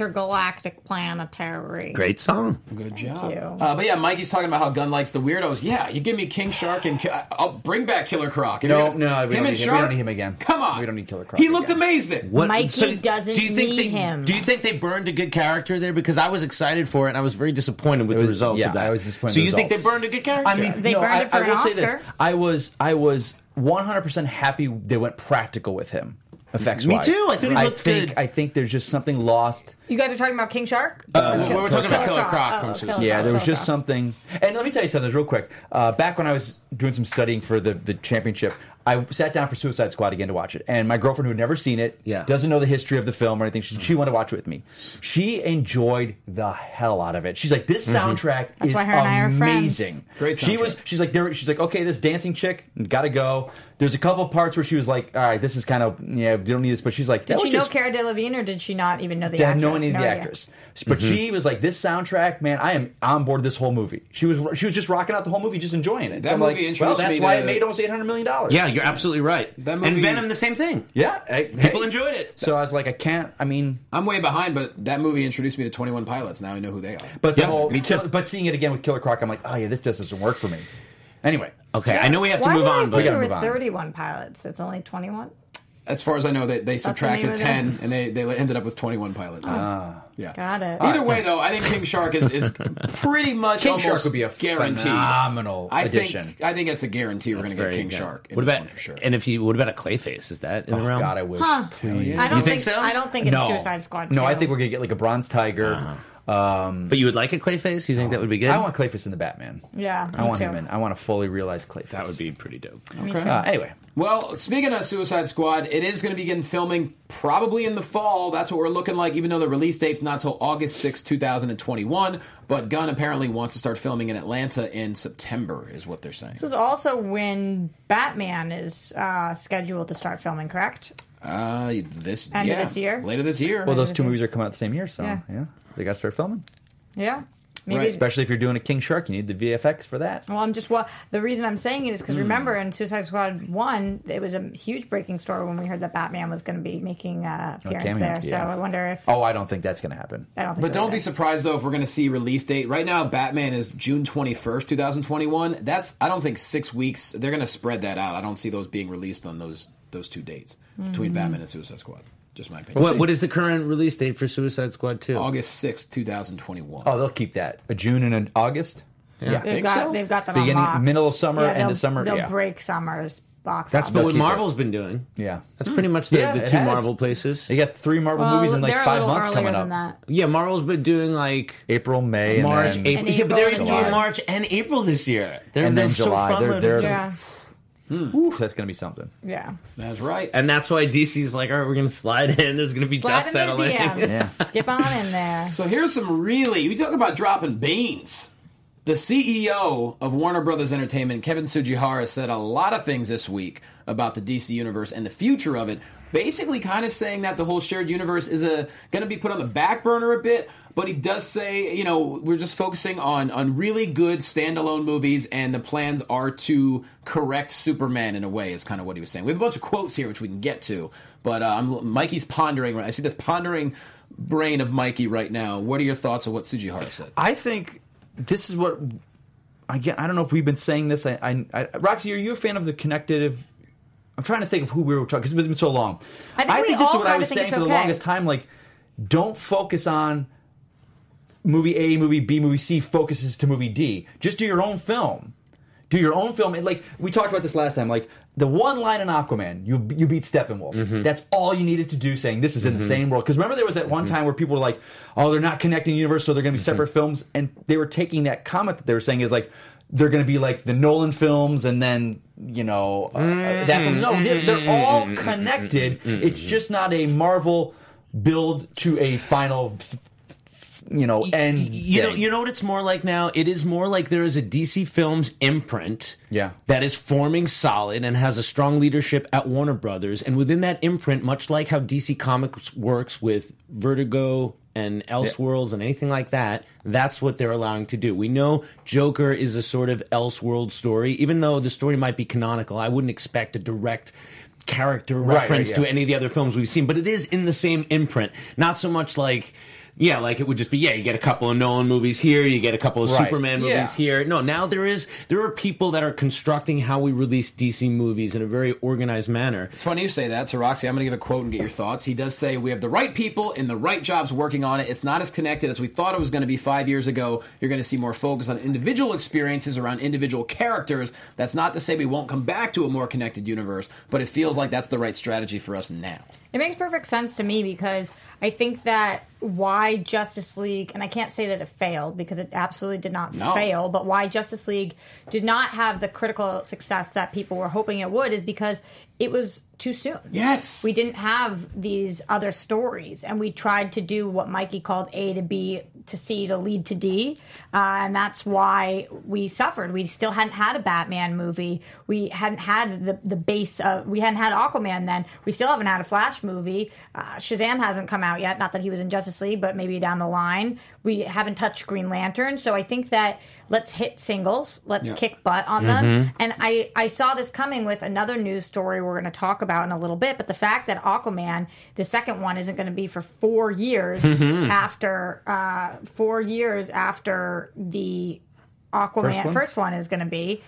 Speaker 6: Intergalactic planetary.
Speaker 5: great song.
Speaker 2: Good job.
Speaker 6: you.
Speaker 2: Uh, but yeah, Mikey's talking about how Gunn likes the weirdos. Yeah, you give me King Shark and Ki- uh, I'll bring back Killer Croc. If
Speaker 7: No,
Speaker 2: you're gonna-
Speaker 7: no, we don't need him. We don't need him again.
Speaker 2: Come on,
Speaker 7: We don't need Killer Croc
Speaker 2: He looked
Speaker 7: again.
Speaker 2: amazing.
Speaker 5: What,
Speaker 6: Mikey doesn't need
Speaker 5: they,
Speaker 6: him.
Speaker 5: Do you think they burned a good character there? Because I was excited for it, and I was very disappointed with
Speaker 7: was-
Speaker 5: the results
Speaker 7: yeah,
Speaker 5: of that.
Speaker 7: I was disappointed
Speaker 5: So
Speaker 7: in
Speaker 5: you
Speaker 7: the
Speaker 5: think they
Speaker 7: results.
Speaker 5: burned a good character?
Speaker 7: I mean,
Speaker 6: They
Speaker 7: no,
Speaker 6: burned
Speaker 7: I,
Speaker 6: it for
Speaker 7: I
Speaker 6: an
Speaker 7: will say this.
Speaker 6: Oscar.
Speaker 7: I was I was 100 percent happy they went practical with him. Effects.
Speaker 5: Me too. I thought he looked
Speaker 7: think,
Speaker 5: good.
Speaker 7: I think there's just something lost.
Speaker 6: You guys are talking about King Shark?
Speaker 2: we were talking about Killer Croc
Speaker 6: Oh,
Speaker 2: from
Speaker 6: Killer
Speaker 2: Suicide
Speaker 7: Yeah,
Speaker 6: Croc,
Speaker 7: there was
Speaker 6: Killer
Speaker 7: just
Speaker 6: Croc.
Speaker 7: something. And let me tell you something real quick. Uh, back when I was doing some studying for the, the championship, I sat down for Suicide Squad again to watch it. And my girlfriend, who had never seen it,
Speaker 5: Yeah.
Speaker 7: doesn't know the history of the film or anything, she, she wanted to watch it with me. She enjoyed the hell out of it. She's like, this soundtrack is
Speaker 6: why her and I are friends.
Speaker 7: amazing.
Speaker 2: Mm-hmm. Great
Speaker 7: She was.
Speaker 2: soundtrack.
Speaker 7: She's like, there. She's like, okay, this dancing chick, gotta go. There's a couple parts where she was like, all right, this is kind of yeah, we don't need this, but she's like, that
Speaker 6: Did
Speaker 7: was
Speaker 6: she know
Speaker 7: just
Speaker 6: Cara Delevingne or did she not even know the
Speaker 7: they had
Speaker 6: actress?
Speaker 7: no one needed the
Speaker 6: idea.
Speaker 7: actress. But
Speaker 5: Mm-hmm.
Speaker 7: she was like, "This soundtrack, man, I am on board this whole movie." She was she was just rocking out the whole movie, just enjoying it.
Speaker 2: That
Speaker 7: so I'm
Speaker 2: movie
Speaker 7: like, well,
Speaker 2: introduced
Speaker 7: that's
Speaker 2: me
Speaker 7: why
Speaker 2: to-
Speaker 7: it made almost eight hundred million dollars.
Speaker 5: yeah, you're absolutely right.
Speaker 2: That
Speaker 5: and
Speaker 2: movie-
Speaker 5: Venom, the same thing.
Speaker 7: yeah. I-
Speaker 5: People
Speaker 7: hey.
Speaker 5: enjoyed it.
Speaker 7: So I was like, I can't. I mean,
Speaker 2: I'm way behind, but that movie introduced me to 21 Pilots. Now I know who they are.
Speaker 7: but the
Speaker 5: Yeah,
Speaker 7: whole,
Speaker 5: me too.
Speaker 7: but seeing it again with Killer Croc, I'm like, oh yeah, this just doesn't work for me. Anyway,
Speaker 5: Okay, I know we have to
Speaker 6: Why
Speaker 5: move
Speaker 6: did I
Speaker 5: on,
Speaker 6: think
Speaker 5: but
Speaker 7: gotta
Speaker 6: there were
Speaker 7: move on.
Speaker 6: 31 pilots. It's only 21.
Speaker 2: As far as I know, they, they subtracted
Speaker 6: name of
Speaker 2: 10
Speaker 6: it.
Speaker 2: and they, they ended up with 21 Pilots.
Speaker 7: Ah.
Speaker 2: yeah.
Speaker 6: Got it.
Speaker 2: Either way, though, I think King Shark is, is pretty much
Speaker 7: King
Speaker 2: almost
Speaker 7: Shark would be a
Speaker 2: guarantee.
Speaker 7: phenomenal
Speaker 2: I
Speaker 7: addition.
Speaker 2: Think, I think it's a guarantee we're going to get
Speaker 5: Very
Speaker 2: King
Speaker 5: good.
Speaker 2: Shark. In
Speaker 5: What
Speaker 2: this
Speaker 5: about
Speaker 2: one for sure?
Speaker 5: And if you, what about a Clayface? Is that in the realm?
Speaker 7: Oh, God, I wish.
Speaker 6: Huh. I don't
Speaker 5: You think
Speaker 6: think,
Speaker 5: so?
Speaker 6: I don't think it's
Speaker 7: No.
Speaker 6: Suicide Squad.
Speaker 7: No, I
Speaker 6: 2.
Speaker 7: think we're gonna get like a Bronze Tiger.
Speaker 5: Uh-huh.
Speaker 7: Um,
Speaker 5: But you would like a Clayface? You think that would be good?
Speaker 7: I want Clayface in the Batman.
Speaker 6: Yeah,
Speaker 7: I
Speaker 6: me
Speaker 7: want
Speaker 6: too.
Speaker 7: him in. I want a fully realized Clayface.
Speaker 5: that would be pretty dope.
Speaker 7: Uh, anyway.
Speaker 2: Well, speaking of Suicide Squad, it is going to begin filming probably in the fall. That's what we're looking like, even though the release date's not till August sixth, two 2021. But Gunn apparently wants to start filming in Atlanta in September, is what they're saying.
Speaker 6: This is also when Batman is uh, scheduled to start filming, correct?
Speaker 2: Uh, this
Speaker 6: End of
Speaker 2: yeah,
Speaker 6: this year?
Speaker 2: later this year.
Speaker 7: Well, those two movies are coming out the same year, so
Speaker 6: Yeah.
Speaker 7: yeah, they got to start filming.
Speaker 6: Yeah. Maybe.
Speaker 2: Right.
Speaker 7: Especially if you're doing a King Shark, you need the VFX for that.
Speaker 6: Well, I'm just well. The reason I'm saying it is
Speaker 7: Hmm.
Speaker 6: because remember in Suicide Squad one, it was a huge breaking story when we heard that Batman was going to be making uh, appearance
Speaker 7: cameo,
Speaker 6: there.
Speaker 7: Oh, yeah.
Speaker 6: So I wonder if
Speaker 7: Oh, I don't think that's going to happen.
Speaker 6: I don't think.
Speaker 2: But
Speaker 6: so
Speaker 2: don't be
Speaker 6: either.
Speaker 2: surprised though if we're going to see release date. Right now, Batman is June twenty first, two thousand twenty one. That's I don't think six weeks. They're going to spread that out. I don't see those being released on those those two dates
Speaker 6: Mm-hmm.
Speaker 2: between Batman and Suicide Squad. Just my opinion.
Speaker 5: What, what is the current release date for Suicide Squad 2?
Speaker 2: August sixth, two thousand twenty one.
Speaker 7: Oh, they'll keep that a June and an August. Yeah,
Speaker 6: They've
Speaker 2: Think
Speaker 6: got
Speaker 2: so?
Speaker 6: they've got them
Speaker 7: Beginning-
Speaker 6: on lock.
Speaker 7: middle of summer,
Speaker 6: yeah,
Speaker 7: end of
Speaker 6: they'll-
Speaker 7: summer,
Speaker 6: They'll
Speaker 7: yeah.
Speaker 6: break summer's box.
Speaker 5: That's
Speaker 6: office.
Speaker 5: been what
Speaker 7: keep it.
Speaker 5: Marvel's been doing.
Speaker 7: yeah.
Speaker 5: That's pretty much the,
Speaker 7: Yeah,
Speaker 5: the
Speaker 7: it
Speaker 5: two
Speaker 7: has.
Speaker 5: Marvel places.
Speaker 7: They got three Marvel
Speaker 6: Well,
Speaker 7: movies in like
Speaker 6: they're a
Speaker 7: five
Speaker 6: little
Speaker 7: months
Speaker 6: earlier
Speaker 7: coming
Speaker 6: than
Speaker 7: up.
Speaker 6: That.
Speaker 5: Yeah, Marvel's been doing like
Speaker 7: April, May, and
Speaker 5: March,
Speaker 7: then,
Speaker 5: April.
Speaker 6: And
Speaker 5: Yeah, but they're
Speaker 6: April
Speaker 5: even
Speaker 6: and
Speaker 5: doing
Speaker 6: July.
Speaker 5: March and April this year. They're,
Speaker 7: and then
Speaker 5: they're so
Speaker 7: July. they're,
Speaker 5: front-loaded.
Speaker 7: they're,
Speaker 6: Yeah,
Speaker 7: Ooh, that's going to be something.
Speaker 6: yeah.
Speaker 2: That's right.
Speaker 5: And that's why DC's like, all right, we're going to slide in. There's going to be
Speaker 6: Slide
Speaker 5: dust
Speaker 6: in the
Speaker 5: settling.
Speaker 6: DMs. Skip on in there.
Speaker 2: So here's some really. You talk about dropping beans. The CEO of Warner Brothers Entertainment, Kevin Sujihara, said a lot of things this week about the DC universe and the future of it. Basically, kind of saying that the whole shared universe is a going to be put on the back burner a bit, but he does say, you know, we're just focusing on on really good standalone movies, and the plans are to correct Superman in a way. Is kind of what he was saying. We have a bunch of quotes here which we can get to, but uh, I'm, Mikey's pondering. right I see this pondering brain of Mikey right now. What are your thoughts on what Sujihara said?
Speaker 7: I think this is what I get. I don't know if we've been saying this. I, I, I Roxy, are you a fan of the connective? I'm trying to think of who we were talking because it's been so long.
Speaker 6: I think we
Speaker 7: this is
Speaker 6: all
Speaker 7: what
Speaker 6: kinda
Speaker 7: I was
Speaker 6: think
Speaker 7: saying
Speaker 6: it's
Speaker 7: for the
Speaker 6: okay.
Speaker 7: longest time. Like, don't focus on movie A, movie B, movie C. Focuses to movie D. Just do your own film. Do your own film. And like we talked about this last time, like the one line in Aquaman, you you beat Steppenwolf.
Speaker 5: Mm-hmm.
Speaker 7: That's all you needed to do. Saying this is in the same world. Because remember, there was that
Speaker 5: Mm-hmm.
Speaker 7: one time where people were like, "Oh, they're not connecting universe, so they're going to be separate films." And they were taking that comment that they were saying is like they're going to be like the Nolan films, and then you know uh, that film. No, they're,
Speaker 5: Mm-hmm.
Speaker 7: they're all connected. It's just not a Marvel build to a final. f- f- You know, and
Speaker 5: Y- you know, you know what it's more like now. It is more like there is a DC Films imprint,
Speaker 7: Yeah.
Speaker 5: that is forming solid and has a strong leadership at Warner Brothers, and within that imprint, much like how DC Comics works with Vertigo and Elseworlds and anything like that, that's what they're allowing to do. We know Joker is a sort of Elseworld story, even though the story might be canonical. I wouldn't expect a direct character
Speaker 7: right,
Speaker 5: reference
Speaker 7: yeah.
Speaker 5: to any of the other films we've seen, but it is in the same imprint. Not so much like, yeah, like it would just be, yeah, you get a couple of Nolan movies here, you get a couple of
Speaker 7: Right.
Speaker 5: Superman movies
Speaker 7: Yeah.
Speaker 5: here. No, now there is there are people that are constructing how we release DC movies in a very organized manner.
Speaker 2: It's funny you say that. So, Roxy, I'm going to give a quote and get your thoughts. He does say, We have the right people in the right jobs working on it. It's not as connected as we thought it was going to be five years ago. You're going to see more focus on individual experiences around individual characters. That's not to say we won't come back to a more connected universe, but it feels like that's the right strategy for us now.
Speaker 6: It makes perfect sense to me because I think that why Justice League, and I can't say that it failed because it absolutely did not
Speaker 2: No.
Speaker 6: fail, but why Justice League did not have the critical success that people were hoping it would is because it was too soon.
Speaker 2: Yes.
Speaker 6: We didn't have these other stories, and we tried to do what Mikey called A to B to C to lead to D, uh, and that's why we suffered. We still hadn't had a Batman movie. We hadn't had the the base of. We hadn't had Aquaman then. We still haven't had a Flash movie. Uh, Shazam hasn't come out yet. Not that he was in Justice League, but maybe down the line. We haven't touched Green Lantern, so I think that let's hit singles. Let's kick butt on them. And I, I saw this coming with another news story we're going to talk about in a little bit. But the fact that Aquaman, the second one, isn't going to be for four years after uh, four years after the Aquaman first one, is going to be.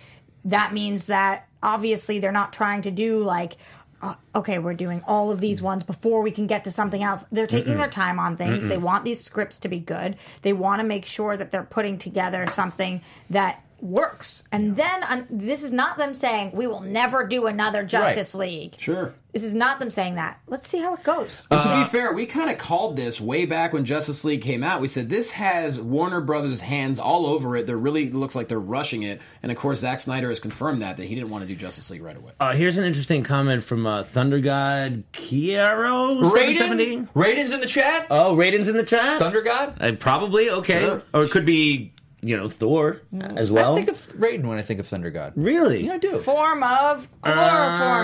Speaker 6: That means that obviously they're not trying to do like. Uh, okay, we're doing all of these ones before we can get to something else. They're taking their time on things. They want these scripts to be good. They want to make sure that they're putting together something that works. And then um, this is not them saying we will never do another Justice League.
Speaker 2: Sure. Uh,
Speaker 6: This is not them saying that. Let's see how it goes.
Speaker 2: But to be fair, we kind of called this way back when Justice League came out. We said this has Warner Brothers' hands all over it. They're really it looks like they're rushing it, and of course, Zack Snyder has confirmed that that he didn't want to do Justice League right away.
Speaker 5: Uh, here's an interesting comment from uh, Thunder God Kiero
Speaker 7: Raiden,
Speaker 5: 770.
Speaker 7: Raiden's in the chat.
Speaker 5: Oh, Raiden's in the chat.
Speaker 7: Thunder God.
Speaker 5: Uh, probably okay,
Speaker 2: Sure.
Speaker 5: or it could be you know Thor as well.
Speaker 7: I think of Raiden when I think of Thunder God.
Speaker 5: really,
Speaker 7: Yeah, I do.
Speaker 6: Form of chloroform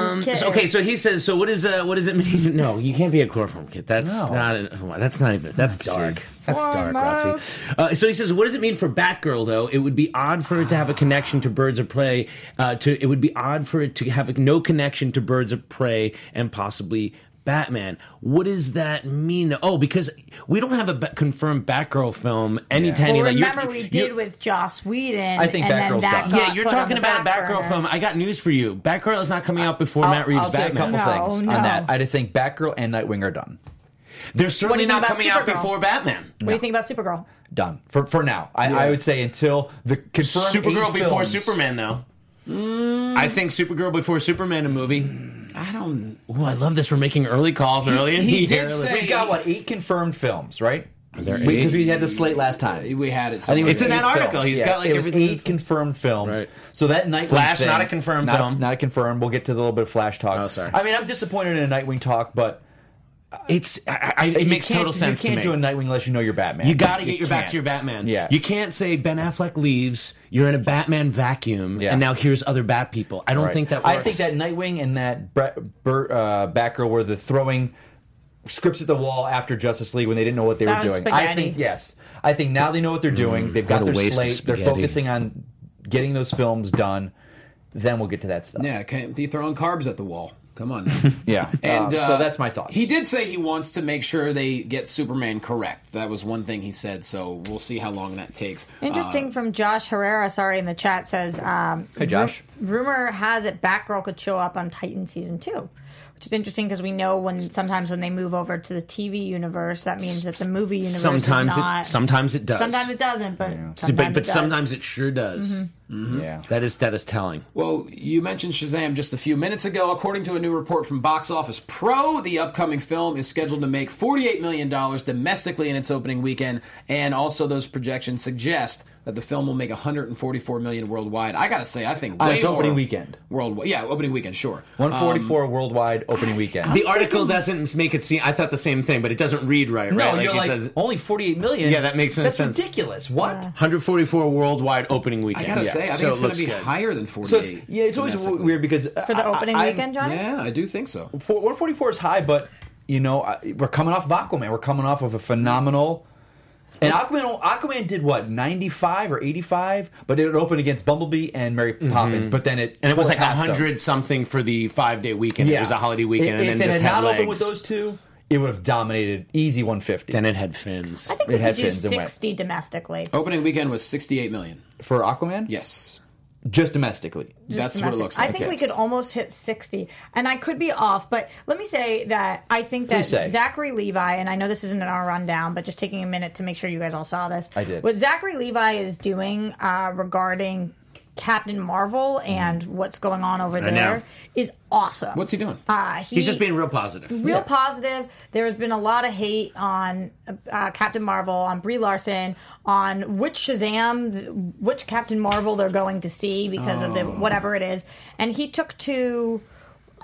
Speaker 5: Um,
Speaker 6: kit.
Speaker 5: so- okay, so he says. So what is uh, what does it mean? No, you can't be a chloroform kid. That's
Speaker 7: No.
Speaker 5: not. An, oh, that's not even. That's dark. That's dark,
Speaker 6: Formo.
Speaker 5: Roxy. Uh, so he says, what does it mean for Batgirl though? It would be odd for it to have a connection to Birds of Prey. Uh, to it would be odd for it to have no connection to Birds of Prey and possibly. Batman. What does that mean? Oh, because we don't have a ba- confirmed Batgirl film anytime.
Speaker 6: Well,
Speaker 5: like, you're-
Speaker 6: remember we
Speaker 5: you're-
Speaker 6: did with Joss Whedon.
Speaker 7: I think
Speaker 6: and then
Speaker 7: Batgirl's
Speaker 6: that
Speaker 7: done.
Speaker 6: got
Speaker 5: yeah, you're
Speaker 6: put on
Speaker 5: talking
Speaker 6: the
Speaker 5: about a
Speaker 6: back
Speaker 5: Batgirl
Speaker 6: burner.
Speaker 5: film. I got news for you. Batgirl is not coming out before
Speaker 7: I'll,
Speaker 5: Matt Reeves
Speaker 7: I'll say a
Speaker 5: Batman.
Speaker 7: couple
Speaker 6: No,
Speaker 7: things
Speaker 6: no.
Speaker 7: on that. I think Batgirl and Nightwing are done.
Speaker 5: They're
Speaker 6: What do
Speaker 5: certainly
Speaker 6: you think
Speaker 5: not
Speaker 6: about
Speaker 5: coming out
Speaker 6: Supergirl?
Speaker 5: before Batman.
Speaker 6: What do you think about Supergirl?
Speaker 7: Done for for now. I, I would say until the confirmed
Speaker 5: Supergirl
Speaker 7: eight
Speaker 5: before
Speaker 7: films-
Speaker 5: Superman, though.
Speaker 6: Mm.
Speaker 5: I think Supergirl before Superman a movie.
Speaker 2: I don't.
Speaker 5: Oh, I love this. We're making early calls early. in the
Speaker 2: he did
Speaker 5: year.
Speaker 2: say-
Speaker 7: We've got what eight confirmed films, right?
Speaker 5: there
Speaker 7: We-
Speaker 5: eight?
Speaker 7: Because we had the slate last time.
Speaker 2: We had it.
Speaker 7: I think it was
Speaker 2: somewhere.
Speaker 5: It's in
Speaker 7: eight
Speaker 5: that article.
Speaker 7: films.
Speaker 5: He's got, like,
Speaker 7: it was
Speaker 5: everything
Speaker 7: Eight
Speaker 5: that's-
Speaker 7: confirmed films.
Speaker 5: Right.
Speaker 7: So that Nightwing
Speaker 5: Flash,
Speaker 7: thing-
Speaker 5: not a confirmed
Speaker 7: not a-
Speaker 5: film.
Speaker 7: not a confirmed. We'll get to the little bit of Flash talk.
Speaker 5: Oh, sorry.
Speaker 7: I mean, I'm disappointed in a Nightwing talk, but
Speaker 5: It's I, I, it
Speaker 7: You
Speaker 5: makes
Speaker 7: can't-
Speaker 5: total sense
Speaker 7: You can't
Speaker 5: to me.
Speaker 7: do a Nightwing unless you know your Batman.
Speaker 5: you got to get your back
Speaker 7: can't.
Speaker 5: to your Batman.
Speaker 7: Yeah.
Speaker 5: You can't say Ben Affleck leaves. You're in a Batman vacuum,
Speaker 7: Yeah.
Speaker 5: and now here's other Bat people. I don't
Speaker 7: Right.
Speaker 5: think that. Works.
Speaker 7: I think that Nightwing and that Brett, Bert, uh, Batgirl were the throwing scripts at the wall after Justice League when they didn't know what they
Speaker 6: That
Speaker 7: were
Speaker 6: was
Speaker 7: doing. I
Speaker 6: spaghetti.
Speaker 7: think yes, I think now they know what they're doing. They've got
Speaker 5: what a
Speaker 7: their
Speaker 5: waste of
Speaker 7: slate. They're
Speaker 5: spaghetti.
Speaker 7: focusing on getting those films done. Then we'll get to that stuff.
Speaker 2: Yeah, can't be throwing carbs at the wall. Come on. now.
Speaker 7: Yeah.
Speaker 2: And
Speaker 7: Uh,
Speaker 2: uh,
Speaker 7: so that's my thoughts.
Speaker 2: He did say he wants to make sure they get Superman correct. That was one thing he said. So we'll see how long that takes.
Speaker 5: Uh,
Speaker 6: Interesting from Josh Herrera. Sorry, in the chat says. Um,
Speaker 7: Hey, Josh.
Speaker 6: ru- rumor has it Batgirl could show up on Titan season two, which is interesting because we know when sometimes when they move over to the TV universe, that means that the movie universe
Speaker 5: sometimes
Speaker 6: is not.
Speaker 5: it sometimes it does.
Speaker 6: sometimes it doesn't, but sometimes
Speaker 5: See, but
Speaker 6: it
Speaker 5: but
Speaker 6: does. Mm-hmm.
Speaker 5: sometimes it sure does. Mm-hmm.
Speaker 7: Yeah.
Speaker 5: That is that is telling.
Speaker 2: Well, you mentioned Shazam just a few minutes ago. According to a new report from Box Office Pro, the upcoming film is scheduled to make $48 million domestically in its opening weekend, and also those projections suggest that the film will make 144 million worldwide. I gotta say, I think
Speaker 7: On
Speaker 2: way
Speaker 7: its opening
Speaker 2: more
Speaker 7: weekend.
Speaker 2: worldwide. Yeah, opening weekend, sure.
Speaker 7: 144 worldwide opening weekend.
Speaker 5: The article doesn't make it seem. I thought the same thing, but it doesn't read right.
Speaker 7: no,
Speaker 5: right?
Speaker 7: you're
Speaker 5: it
Speaker 7: like
Speaker 5: says-
Speaker 7: only 48 million.
Speaker 5: Yeah, that makes no
Speaker 7: That's
Speaker 5: sense.
Speaker 7: ridiculous. What?
Speaker 5: 144 worldwide opening weekend.
Speaker 2: I gotta say, I think
Speaker 5: So
Speaker 2: it's
Speaker 5: it
Speaker 2: gonna
Speaker 5: looks
Speaker 2: be
Speaker 5: good.
Speaker 2: higher than 48.
Speaker 7: So it's, yeah, it's always
Speaker 2: domestically.
Speaker 7: weird because uh,
Speaker 6: for the
Speaker 7: I- I-
Speaker 6: opening
Speaker 7: I'm-
Speaker 6: weekend, Johnny.
Speaker 2: Yeah, I do think so.
Speaker 7: for- 144 is high, but you know I- we're coming off of Aquaman. We're coming off of a phenomenal. And Aquaman, Aquaman did what 95 or 85, but it opened against Bumblebee and Mary Poppins. But then it
Speaker 5: Mm-hmm. And it was
Speaker 7: tore
Speaker 5: like
Speaker 7: past them.
Speaker 5: 100 something for the five day weekend. It was a holiday weekend,
Speaker 7: If,
Speaker 5: and
Speaker 7: if
Speaker 5: then
Speaker 7: it
Speaker 5: just
Speaker 7: had
Speaker 5: had
Speaker 7: not
Speaker 5: legs.
Speaker 7: opened with those two, it would have dominated easy 150
Speaker 5: Then it had fins.
Speaker 6: I think
Speaker 7: It
Speaker 6: we could
Speaker 7: had
Speaker 6: do
Speaker 7: fins and went.
Speaker 6: sixty domestically.
Speaker 2: Opening weekend was 68 million.
Speaker 7: for Aquaman.
Speaker 2: Yes.
Speaker 7: just domestically.
Speaker 6: just
Speaker 2: That's what it
Speaker 6: domestic.
Speaker 2: looks like.
Speaker 6: I think we
Speaker 2: Yes.
Speaker 6: could almost hit 60. And I could be off, but let me say that I think that
Speaker 7: Please say.
Speaker 6: Zachary Levi, and I know this isn't in our rundown, but just taking a minute to make sure you guys all saw this.
Speaker 7: I did.
Speaker 6: What Zachary Levi is doing uh, regarding Captain Marvel and what's going on over
Speaker 5: know.
Speaker 6: there is awesome.
Speaker 2: Mm. What's he doing?
Speaker 6: Uh, he-
Speaker 5: He's just being real positive.
Speaker 6: real positive. There has been a lot of hate on uh, Captain Marvel, on Brie Larson, on which Shazam, which Captain Marvel they're going to see because of the whatever it is. And he took to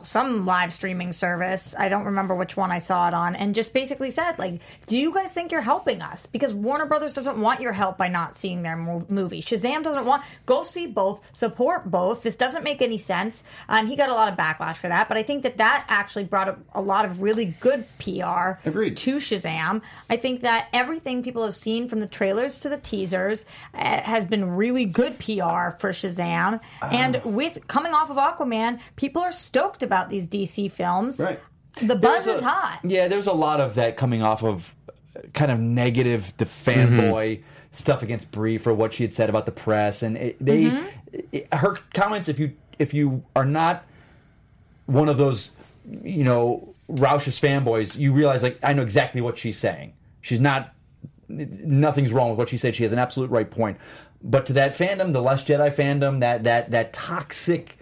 Speaker 6: some live streaming service. I don't remember which one I saw it on, and just basically said, like, do you guys think you're helping us? Because Warner Brothers doesn't want your help by not seeing their mo- movie. Shazam doesn't want. Go see both, support both. This doesn't make any sense. And he got a lot of backlash for that, but I think that that actually brought up a lot of really good PR
Speaker 2: Agreed.
Speaker 6: to Shazam. I think that everything people have seen from the trailers to the teasers uh, has been really good PR for Shazam.
Speaker 2: Ah.
Speaker 6: and with coming off of Aquaman, people are stoked about these DC films.
Speaker 2: Right.
Speaker 6: The buzz
Speaker 7: There's
Speaker 6: is
Speaker 7: a-
Speaker 6: hot.
Speaker 7: Yeah, there's a lot of that coming off of uh, kind of negative, the fanboy stuff against Brie for what she had said about the press, and it, they
Speaker 6: Mm-hmm.
Speaker 7: it- her comments. If you if you are not one of those, you know, Roush's fanboys, you realize like I know exactly what she's saying. She's not. Nothing's wrong with what she said. She has an absolute right point. But to that fandom, the Last Jedi fandom, that that that toxic,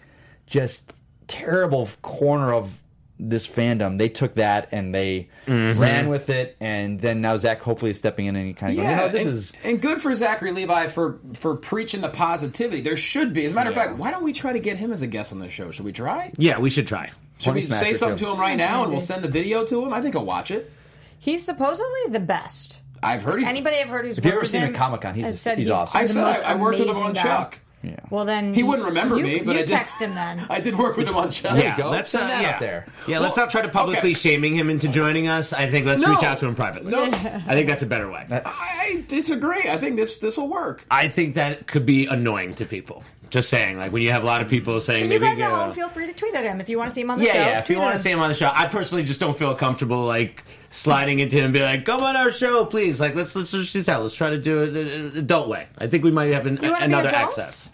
Speaker 7: just terrible corner of this fandom, they took that and they
Speaker 6: Mm-hmm.
Speaker 7: ran with it. And then now Zach hopefully is stepping in and he kind of going, you know, this
Speaker 2: and,
Speaker 7: is
Speaker 2: and good for Zachary Levi for for preaching the positivity. There should be, as a matter of fact, why don't we try to get him as a guest on the show? Should we try?
Speaker 5: Yeah, we should try.
Speaker 2: Should we
Speaker 7: Tony
Speaker 2: say
Speaker 7: Smacker,
Speaker 2: something
Speaker 7: too.
Speaker 2: to him right now, and we'll send the video to him? I think he'll watch it.
Speaker 6: He's supposedly the best.
Speaker 2: I've heard he's
Speaker 6: Anybody I've heard who's
Speaker 7: If you ever
Speaker 6: worked with
Speaker 7: seen him
Speaker 6: him
Speaker 7: at Comic-Con, he's
Speaker 6: has
Speaker 7: just-
Speaker 6: said
Speaker 7: he's awesome.
Speaker 2: I
Speaker 6: the
Speaker 2: said
Speaker 6: most
Speaker 2: I, I worked with him on
Speaker 6: amazing guy.
Speaker 2: Chuck.
Speaker 6: Well, then
Speaker 2: He wouldn't remember
Speaker 6: you-
Speaker 2: me, but
Speaker 6: you
Speaker 2: I did
Speaker 6: text him then.
Speaker 2: I did work with him on Chuck.
Speaker 5: yeah,
Speaker 7: go.
Speaker 5: let's
Speaker 7: Send
Speaker 5: uh,
Speaker 7: that
Speaker 5: yeah.
Speaker 7: out there.
Speaker 5: Yeah, let's
Speaker 2: Well,
Speaker 5: not try to publicly
Speaker 2: okay.
Speaker 5: shaming him into joining us. I think let's
Speaker 2: No.
Speaker 5: reach out to him privately.
Speaker 2: No.
Speaker 5: I think that's a better way.
Speaker 2: I disagree. I think this this will work.
Speaker 5: I think that could be annoying to people. Just saying, like when you have a lot of people saying,
Speaker 6: You
Speaker 5: maybe
Speaker 6: guys at
Speaker 5: uh,
Speaker 6: home, feel free to tweet at him if you want to see him on the
Speaker 5: yeah,
Speaker 6: show.
Speaker 5: yeah. If you
Speaker 6: tweet
Speaker 5: want
Speaker 6: at
Speaker 5: to
Speaker 6: him.
Speaker 5: see him on the show, I personally just don't feel comfortable like sliding into him and be like, "Come on our show, please." Like, let's let's just do that. Let's try to do it uh, uh, adult way. I think we might have an,
Speaker 6: wanna be
Speaker 5: another
Speaker 6: adults?
Speaker 5: access.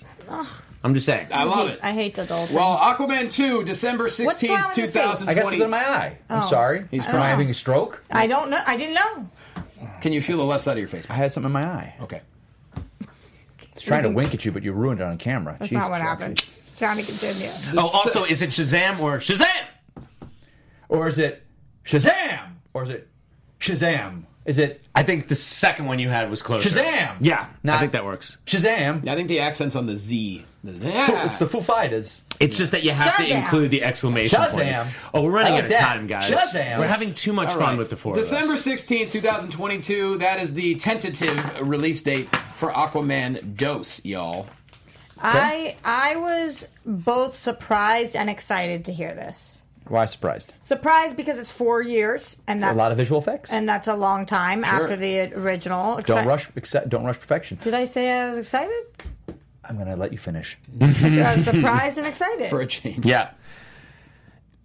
Speaker 5: I'm just saying.
Speaker 2: I love it.
Speaker 6: I hate adults.
Speaker 2: well, Aquaman two, December
Speaker 6: wrong
Speaker 2: sixteenth,
Speaker 6: with your
Speaker 2: two
Speaker 6: face?
Speaker 2: thousand
Speaker 7: I got something
Speaker 2: twenty.
Speaker 7: in my eye. I'm
Speaker 6: Oh.
Speaker 7: sorry. He's
Speaker 6: don't know.
Speaker 7: crying, having a stroke.
Speaker 6: I don't know. I didn't know.
Speaker 2: Can you feel the left side of your face?
Speaker 7: I had something in my eye.
Speaker 6: Oh.
Speaker 2: Okay.
Speaker 7: It's trying to wink at you, but you ruined it on camera.
Speaker 6: That's not what happened. Johnny, continue.
Speaker 5: oh, also, is it Shazam or Shazam?
Speaker 7: Or is it Shazam? Or is it Shazam? Is it
Speaker 5: I think the second one you had was closer.
Speaker 7: Shazam?
Speaker 5: Yeah, I
Speaker 7: Not-
Speaker 5: think that works.
Speaker 7: Shazam?
Speaker 2: I think the accent's on the Z.
Speaker 7: It's the Foo Fighters.
Speaker 5: It's just that you have to
Speaker 6: Shazam.
Speaker 5: include the exclamation
Speaker 7: Shazam.
Speaker 5: point. Oh, we're running
Speaker 7: I
Speaker 5: out
Speaker 7: like
Speaker 5: of
Speaker 7: that.
Speaker 5: time, guys.
Speaker 7: Shazam.
Speaker 5: We're having too much
Speaker 2: All
Speaker 5: fun
Speaker 2: right.
Speaker 5: with the four. of us.
Speaker 2: December 16th, 2022. That is the tentative release date for Aquaman Dose, y'all.
Speaker 6: I I was both surprised and excited to hear this.
Speaker 7: Why surprised?
Speaker 6: Surprised because it's four years, and
Speaker 7: A
Speaker 6: that
Speaker 7: lot of visual effects.
Speaker 6: and that's a long time after the original.
Speaker 7: don't
Speaker 6: Exci-
Speaker 7: rush. Accept, don't rush perfection.
Speaker 6: Did I say I was excited?
Speaker 7: I'm gonna let you finish.
Speaker 6: I said I was surprised and excited.
Speaker 2: For a change.
Speaker 5: Yeah.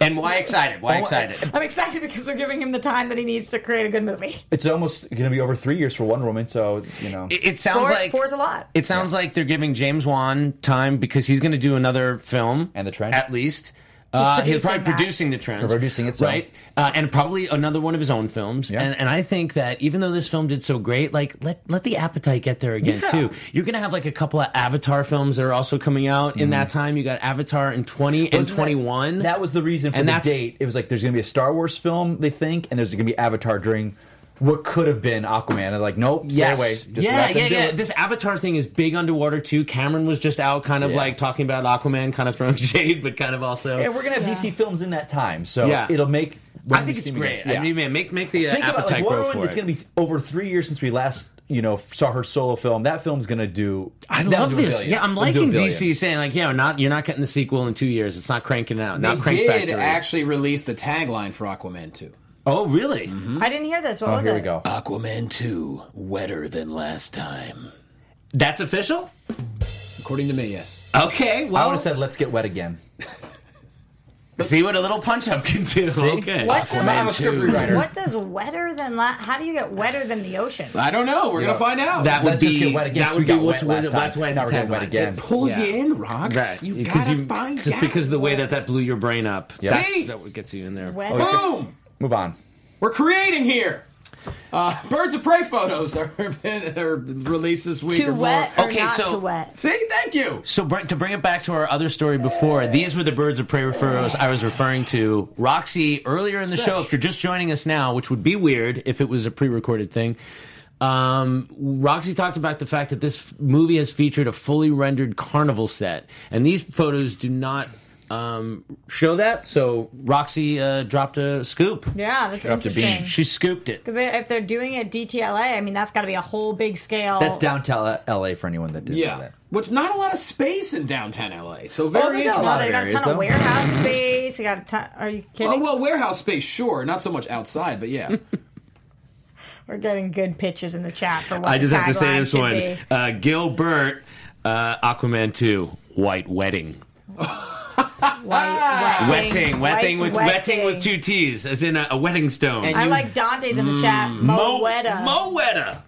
Speaker 5: And why excited? Why excited?
Speaker 6: I'm excited because we're giving him the time that he needs to create a good movie.
Speaker 7: It's almost gonna be over three years for Wonder Woman. So you know,
Speaker 5: It, it sounds
Speaker 6: Four-
Speaker 5: like
Speaker 6: four's a lot.
Speaker 5: It sounds like they're giving James Wan time because he's going to do another film
Speaker 7: And The Trench.
Speaker 5: at least. Uh, he's
Speaker 6: producing
Speaker 5: probably
Speaker 6: that.
Speaker 5: producing the trends,
Speaker 7: Producing it, so-
Speaker 5: right, uh, and probably another one of his own films.
Speaker 7: Yeah.
Speaker 5: And, and I think that even though this film did so great, like let let the appetite get there again too. You're gonna have like a couple of Avatar films that are also coming out in that time. You got Avatar in 20 and
Speaker 7: Mm. Wasn't that-
Speaker 5: 21.
Speaker 7: That, was the reason for
Speaker 5: And
Speaker 7: the
Speaker 5: that's-
Speaker 7: date. It was like there's going to be a Star Wars film, they think, and there's going to be Avatar during what could have been Aquaman. They're like, nope, stay
Speaker 5: Yes.
Speaker 7: away. Just
Speaker 5: yeah,
Speaker 7: let them
Speaker 5: yeah,
Speaker 7: do
Speaker 5: yeah.
Speaker 7: it.
Speaker 5: This Avatar thing is big underwater too. Cameron was just out, kind of
Speaker 7: Yeah.
Speaker 5: like talking about Aquaman, kind of throwing shade, but kind of also.
Speaker 7: And we're going to have DC films in that time, so
Speaker 5: Yeah.
Speaker 7: it'll make. when
Speaker 5: I
Speaker 7: we
Speaker 5: think it's
Speaker 7: see them
Speaker 5: great.
Speaker 7: again. Yeah.
Speaker 5: I mean, man, make make the uh,
Speaker 7: Think about
Speaker 5: appetite
Speaker 7: like Wonder
Speaker 5: grow
Speaker 7: Woman.
Speaker 5: for
Speaker 7: it's
Speaker 5: it.
Speaker 7: going to be over three years since we last, you know, saw her solo film. That film's going to do.
Speaker 5: I
Speaker 7: that'll
Speaker 5: love
Speaker 7: do a
Speaker 5: this.
Speaker 7: billion.
Speaker 5: Yeah, I'm
Speaker 7: It'll do a
Speaker 5: liking
Speaker 7: billion.
Speaker 5: DC saying like, yeah, we're not you're not getting the sequel in two years. It's not cranking it out.
Speaker 2: They
Speaker 5: Not Crank
Speaker 2: did
Speaker 5: Factory.
Speaker 2: actually release the tagline for Aquaman 2.
Speaker 5: oh, really?
Speaker 6: I didn't hear this. What
Speaker 7: Oh,
Speaker 6: was
Speaker 7: here
Speaker 6: it?
Speaker 7: we go.
Speaker 2: Aquaman 2, wetter than last time.
Speaker 5: That's official.
Speaker 2: According to me, yes.
Speaker 5: Okay.
Speaker 7: I
Speaker 5: Well,
Speaker 7: would have said, "Let's get wet again."
Speaker 5: see what a little punch up can do. Okay.
Speaker 6: What
Speaker 2: Man,
Speaker 6: does,
Speaker 2: too.
Speaker 6: what does wetter than la- how do you get wetter than the ocean?
Speaker 7: Oh,
Speaker 2: I don't know. We're going to find out.
Speaker 5: That would
Speaker 7: Let's just
Speaker 5: be
Speaker 7: get wet again,
Speaker 5: that
Speaker 7: 'cause
Speaker 5: would
Speaker 7: we
Speaker 5: be
Speaker 7: got
Speaker 5: what's
Speaker 7: wet last
Speaker 5: wet.
Speaker 7: time.
Speaker 5: That's why it's
Speaker 7: Now
Speaker 5: a
Speaker 7: we're getting wet
Speaker 5: tagline.
Speaker 7: again.
Speaker 2: pulls
Speaker 5: Yeah.
Speaker 2: you in, Rocks. You
Speaker 5: Because
Speaker 2: gotta
Speaker 5: you-
Speaker 2: find
Speaker 5: just
Speaker 2: out.
Speaker 5: because the way that that blew your brain up.
Speaker 2: See?
Speaker 5: That's that what gets you in there.
Speaker 6: Wetter.
Speaker 2: Boom!
Speaker 7: Move on.
Speaker 2: We're creating here. Uh, Birds of Prey photos are, are released this week.
Speaker 6: too
Speaker 2: or more. Oh,
Speaker 6: wet or
Speaker 5: Okay,
Speaker 6: not
Speaker 5: so-
Speaker 6: too wet?
Speaker 2: See, thank you.
Speaker 5: So Brent, to bring it back to our other story before, these were the birds of prey referrals I was referring to. Roxy earlier in the show, if you're just joining us now, which would be weird if it was a pre-recorded thing. Um, Roxy talked about the fact that this f- movie has featured a fully rendered carnival set, and these photos do not um, show that. So Roxy uh, dropped a scoop.
Speaker 6: Yeah, that's
Speaker 7: up to being-
Speaker 6: interesting.
Speaker 5: She scooped it.
Speaker 6: Because if they're doing it DTLA, I mean that's got to be a whole big scale.
Speaker 7: That's downtown LA for anyone that didn't know
Speaker 2: Yeah.
Speaker 7: that.
Speaker 2: Which not a lot of space in downtown LA. So
Speaker 6: Oh,
Speaker 2: very
Speaker 6: they got a lot. They got a
Speaker 7: areas,
Speaker 6: ton of
Speaker 7: though.
Speaker 6: warehouse space. They got a ton. Are you
Speaker 2: Oh,
Speaker 6: kidding?
Speaker 2: well, warehouse space, sure. Not so much outside, but yeah.
Speaker 6: We're getting good pitches in the chat for what
Speaker 5: I
Speaker 6: the
Speaker 5: just have to
Speaker 6: tagline
Speaker 5: say this
Speaker 6: should
Speaker 5: one:
Speaker 6: be.
Speaker 5: uh, Gilbert, uh, Aquaman two, White Wedding.
Speaker 6: White
Speaker 5: Wetting, wetting with
Speaker 6: white
Speaker 5: wetting with two T's, as in a, a wetting stone.
Speaker 2: And
Speaker 6: I
Speaker 2: you-
Speaker 6: like Dante's in the chat.
Speaker 5: Mo-
Speaker 6: Moetta.
Speaker 5: Moetta.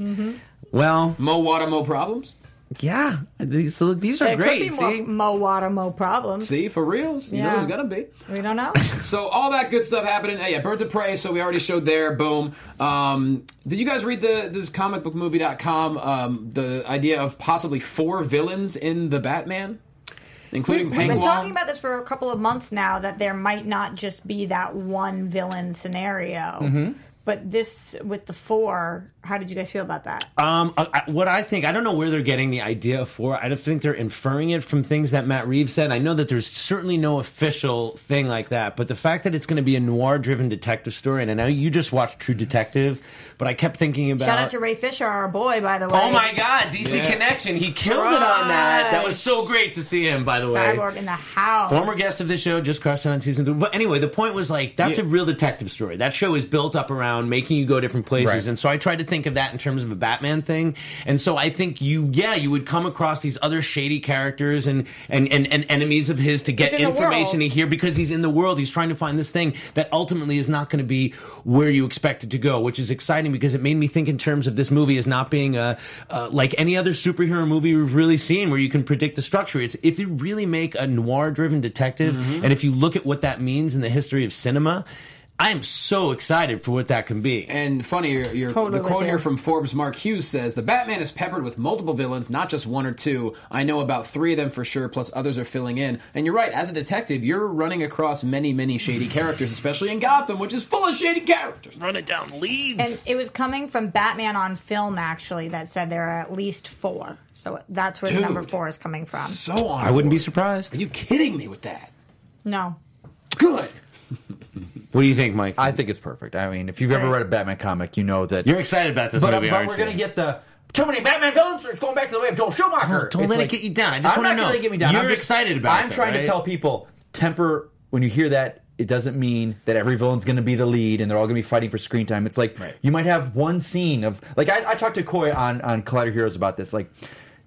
Speaker 5: Mm-hmm. Well,
Speaker 2: Mo water, mo problems.
Speaker 5: yeah, these these are
Speaker 6: There could
Speaker 5: great.
Speaker 6: be
Speaker 5: See,
Speaker 6: more Mo Wada, Mo problems.
Speaker 2: See, for reals. You know
Speaker 6: Yeah.
Speaker 2: it's going to be.
Speaker 6: We don't know.
Speaker 2: So all that good stuff happening. Hey, yeah, Birds of Prey. So we already showed there. Boom. Um, did you guys read the this comicbookmovie.com um, the idea of possibly four villains in the Batman, including
Speaker 6: We've
Speaker 2: Penguin?
Speaker 6: been talking about this for a couple of months now that there might not just be that one villain scenario.
Speaker 5: Mm-hmm.
Speaker 6: But this with the four, how did you guys feel about that?
Speaker 5: um, I, I- what I think, I don't know where they're getting the idea for. I don't think they're inferring it from things that Matt Reeves said. I know that there's certainly no official thing like that, but the fact that it's going to be a noir-driven detective story, and I know you just watched True Detective, but I kept thinking about
Speaker 6: Shout out to Ray Fisher, our boy, by the way.
Speaker 5: Oh my God, DC
Speaker 2: Yeah.
Speaker 5: Connection. He killed it on that. That was so great to see him, by the way.
Speaker 6: Cyborg in the house.
Speaker 5: Former guest of the show just crushed it on season three. But anyway, the point was like, that's
Speaker 2: Yeah.
Speaker 5: a real detective story. That show is built up around making you go different places.
Speaker 7: Right.
Speaker 5: And so I tried to think of that in terms of a Batman thing. And so I think you, yeah, you would come across these other shady characters and, and, and, and enemies of his to get
Speaker 6: He's in the
Speaker 5: information
Speaker 6: world.
Speaker 5: to hear because he's in the world. He's trying to find this thing that ultimately is not going to be where you expect it to go, which is exciting because it made me think in terms of this movie as not being a, uh, like any other superhero movie we've really seen where you can predict the structure. It's if you
Speaker 6: Mm-hmm.
Speaker 5: really make a noir driven detective and if you look at what that means in the history of cinema, I am so excited for what that can be.
Speaker 2: And funny, your, your,
Speaker 6: Totally
Speaker 2: the quote
Speaker 6: there.
Speaker 2: here from Forbes Mark Hughes says The Batman is peppered with multiple villains, not just one or two. I know about three of them for sure, plus others are filling in. And you're right, as a detective, you're running across many, many shady characters, especially in Gotham, which is full of shady characters.
Speaker 5: Running down leads.
Speaker 6: And it was coming from Batman on film, actually, that said there are at least four. So that's where
Speaker 2: Dude.
Speaker 6: the number four is coming from.
Speaker 2: So on.
Speaker 7: I wouldn't be
Speaker 2: board.
Speaker 7: surprised.
Speaker 2: Are you kidding me with that?
Speaker 6: No.
Speaker 2: Good.
Speaker 5: what do you think, Mike?
Speaker 7: I think it's perfect. I mean, if you've ever
Speaker 6: Right.
Speaker 7: read a Batman comic, you know that.
Speaker 5: You're excited about this
Speaker 7: but,
Speaker 5: movie,
Speaker 7: but
Speaker 5: aren't
Speaker 7: we're
Speaker 5: you?
Speaker 7: gonna get the too many Batman villains. Or it's going back to the way of Joel Schumacher.
Speaker 5: Don't- don't
Speaker 7: It's
Speaker 5: let it get you down. I just
Speaker 7: I'm
Speaker 5: wanna
Speaker 7: not gonna
Speaker 5: know.
Speaker 7: let it get me down.
Speaker 5: You're
Speaker 7: I'm just-
Speaker 5: excited about
Speaker 7: I'm
Speaker 5: that,
Speaker 7: trying
Speaker 5: right?
Speaker 7: to tell people temper when you hear that. It doesn't mean that every villain's going to be the lead and they're all going to be fighting for screen time. It's like
Speaker 5: Right.
Speaker 7: you might have one scene of like I, I talked to Coy on on Collider Heroes about this. Like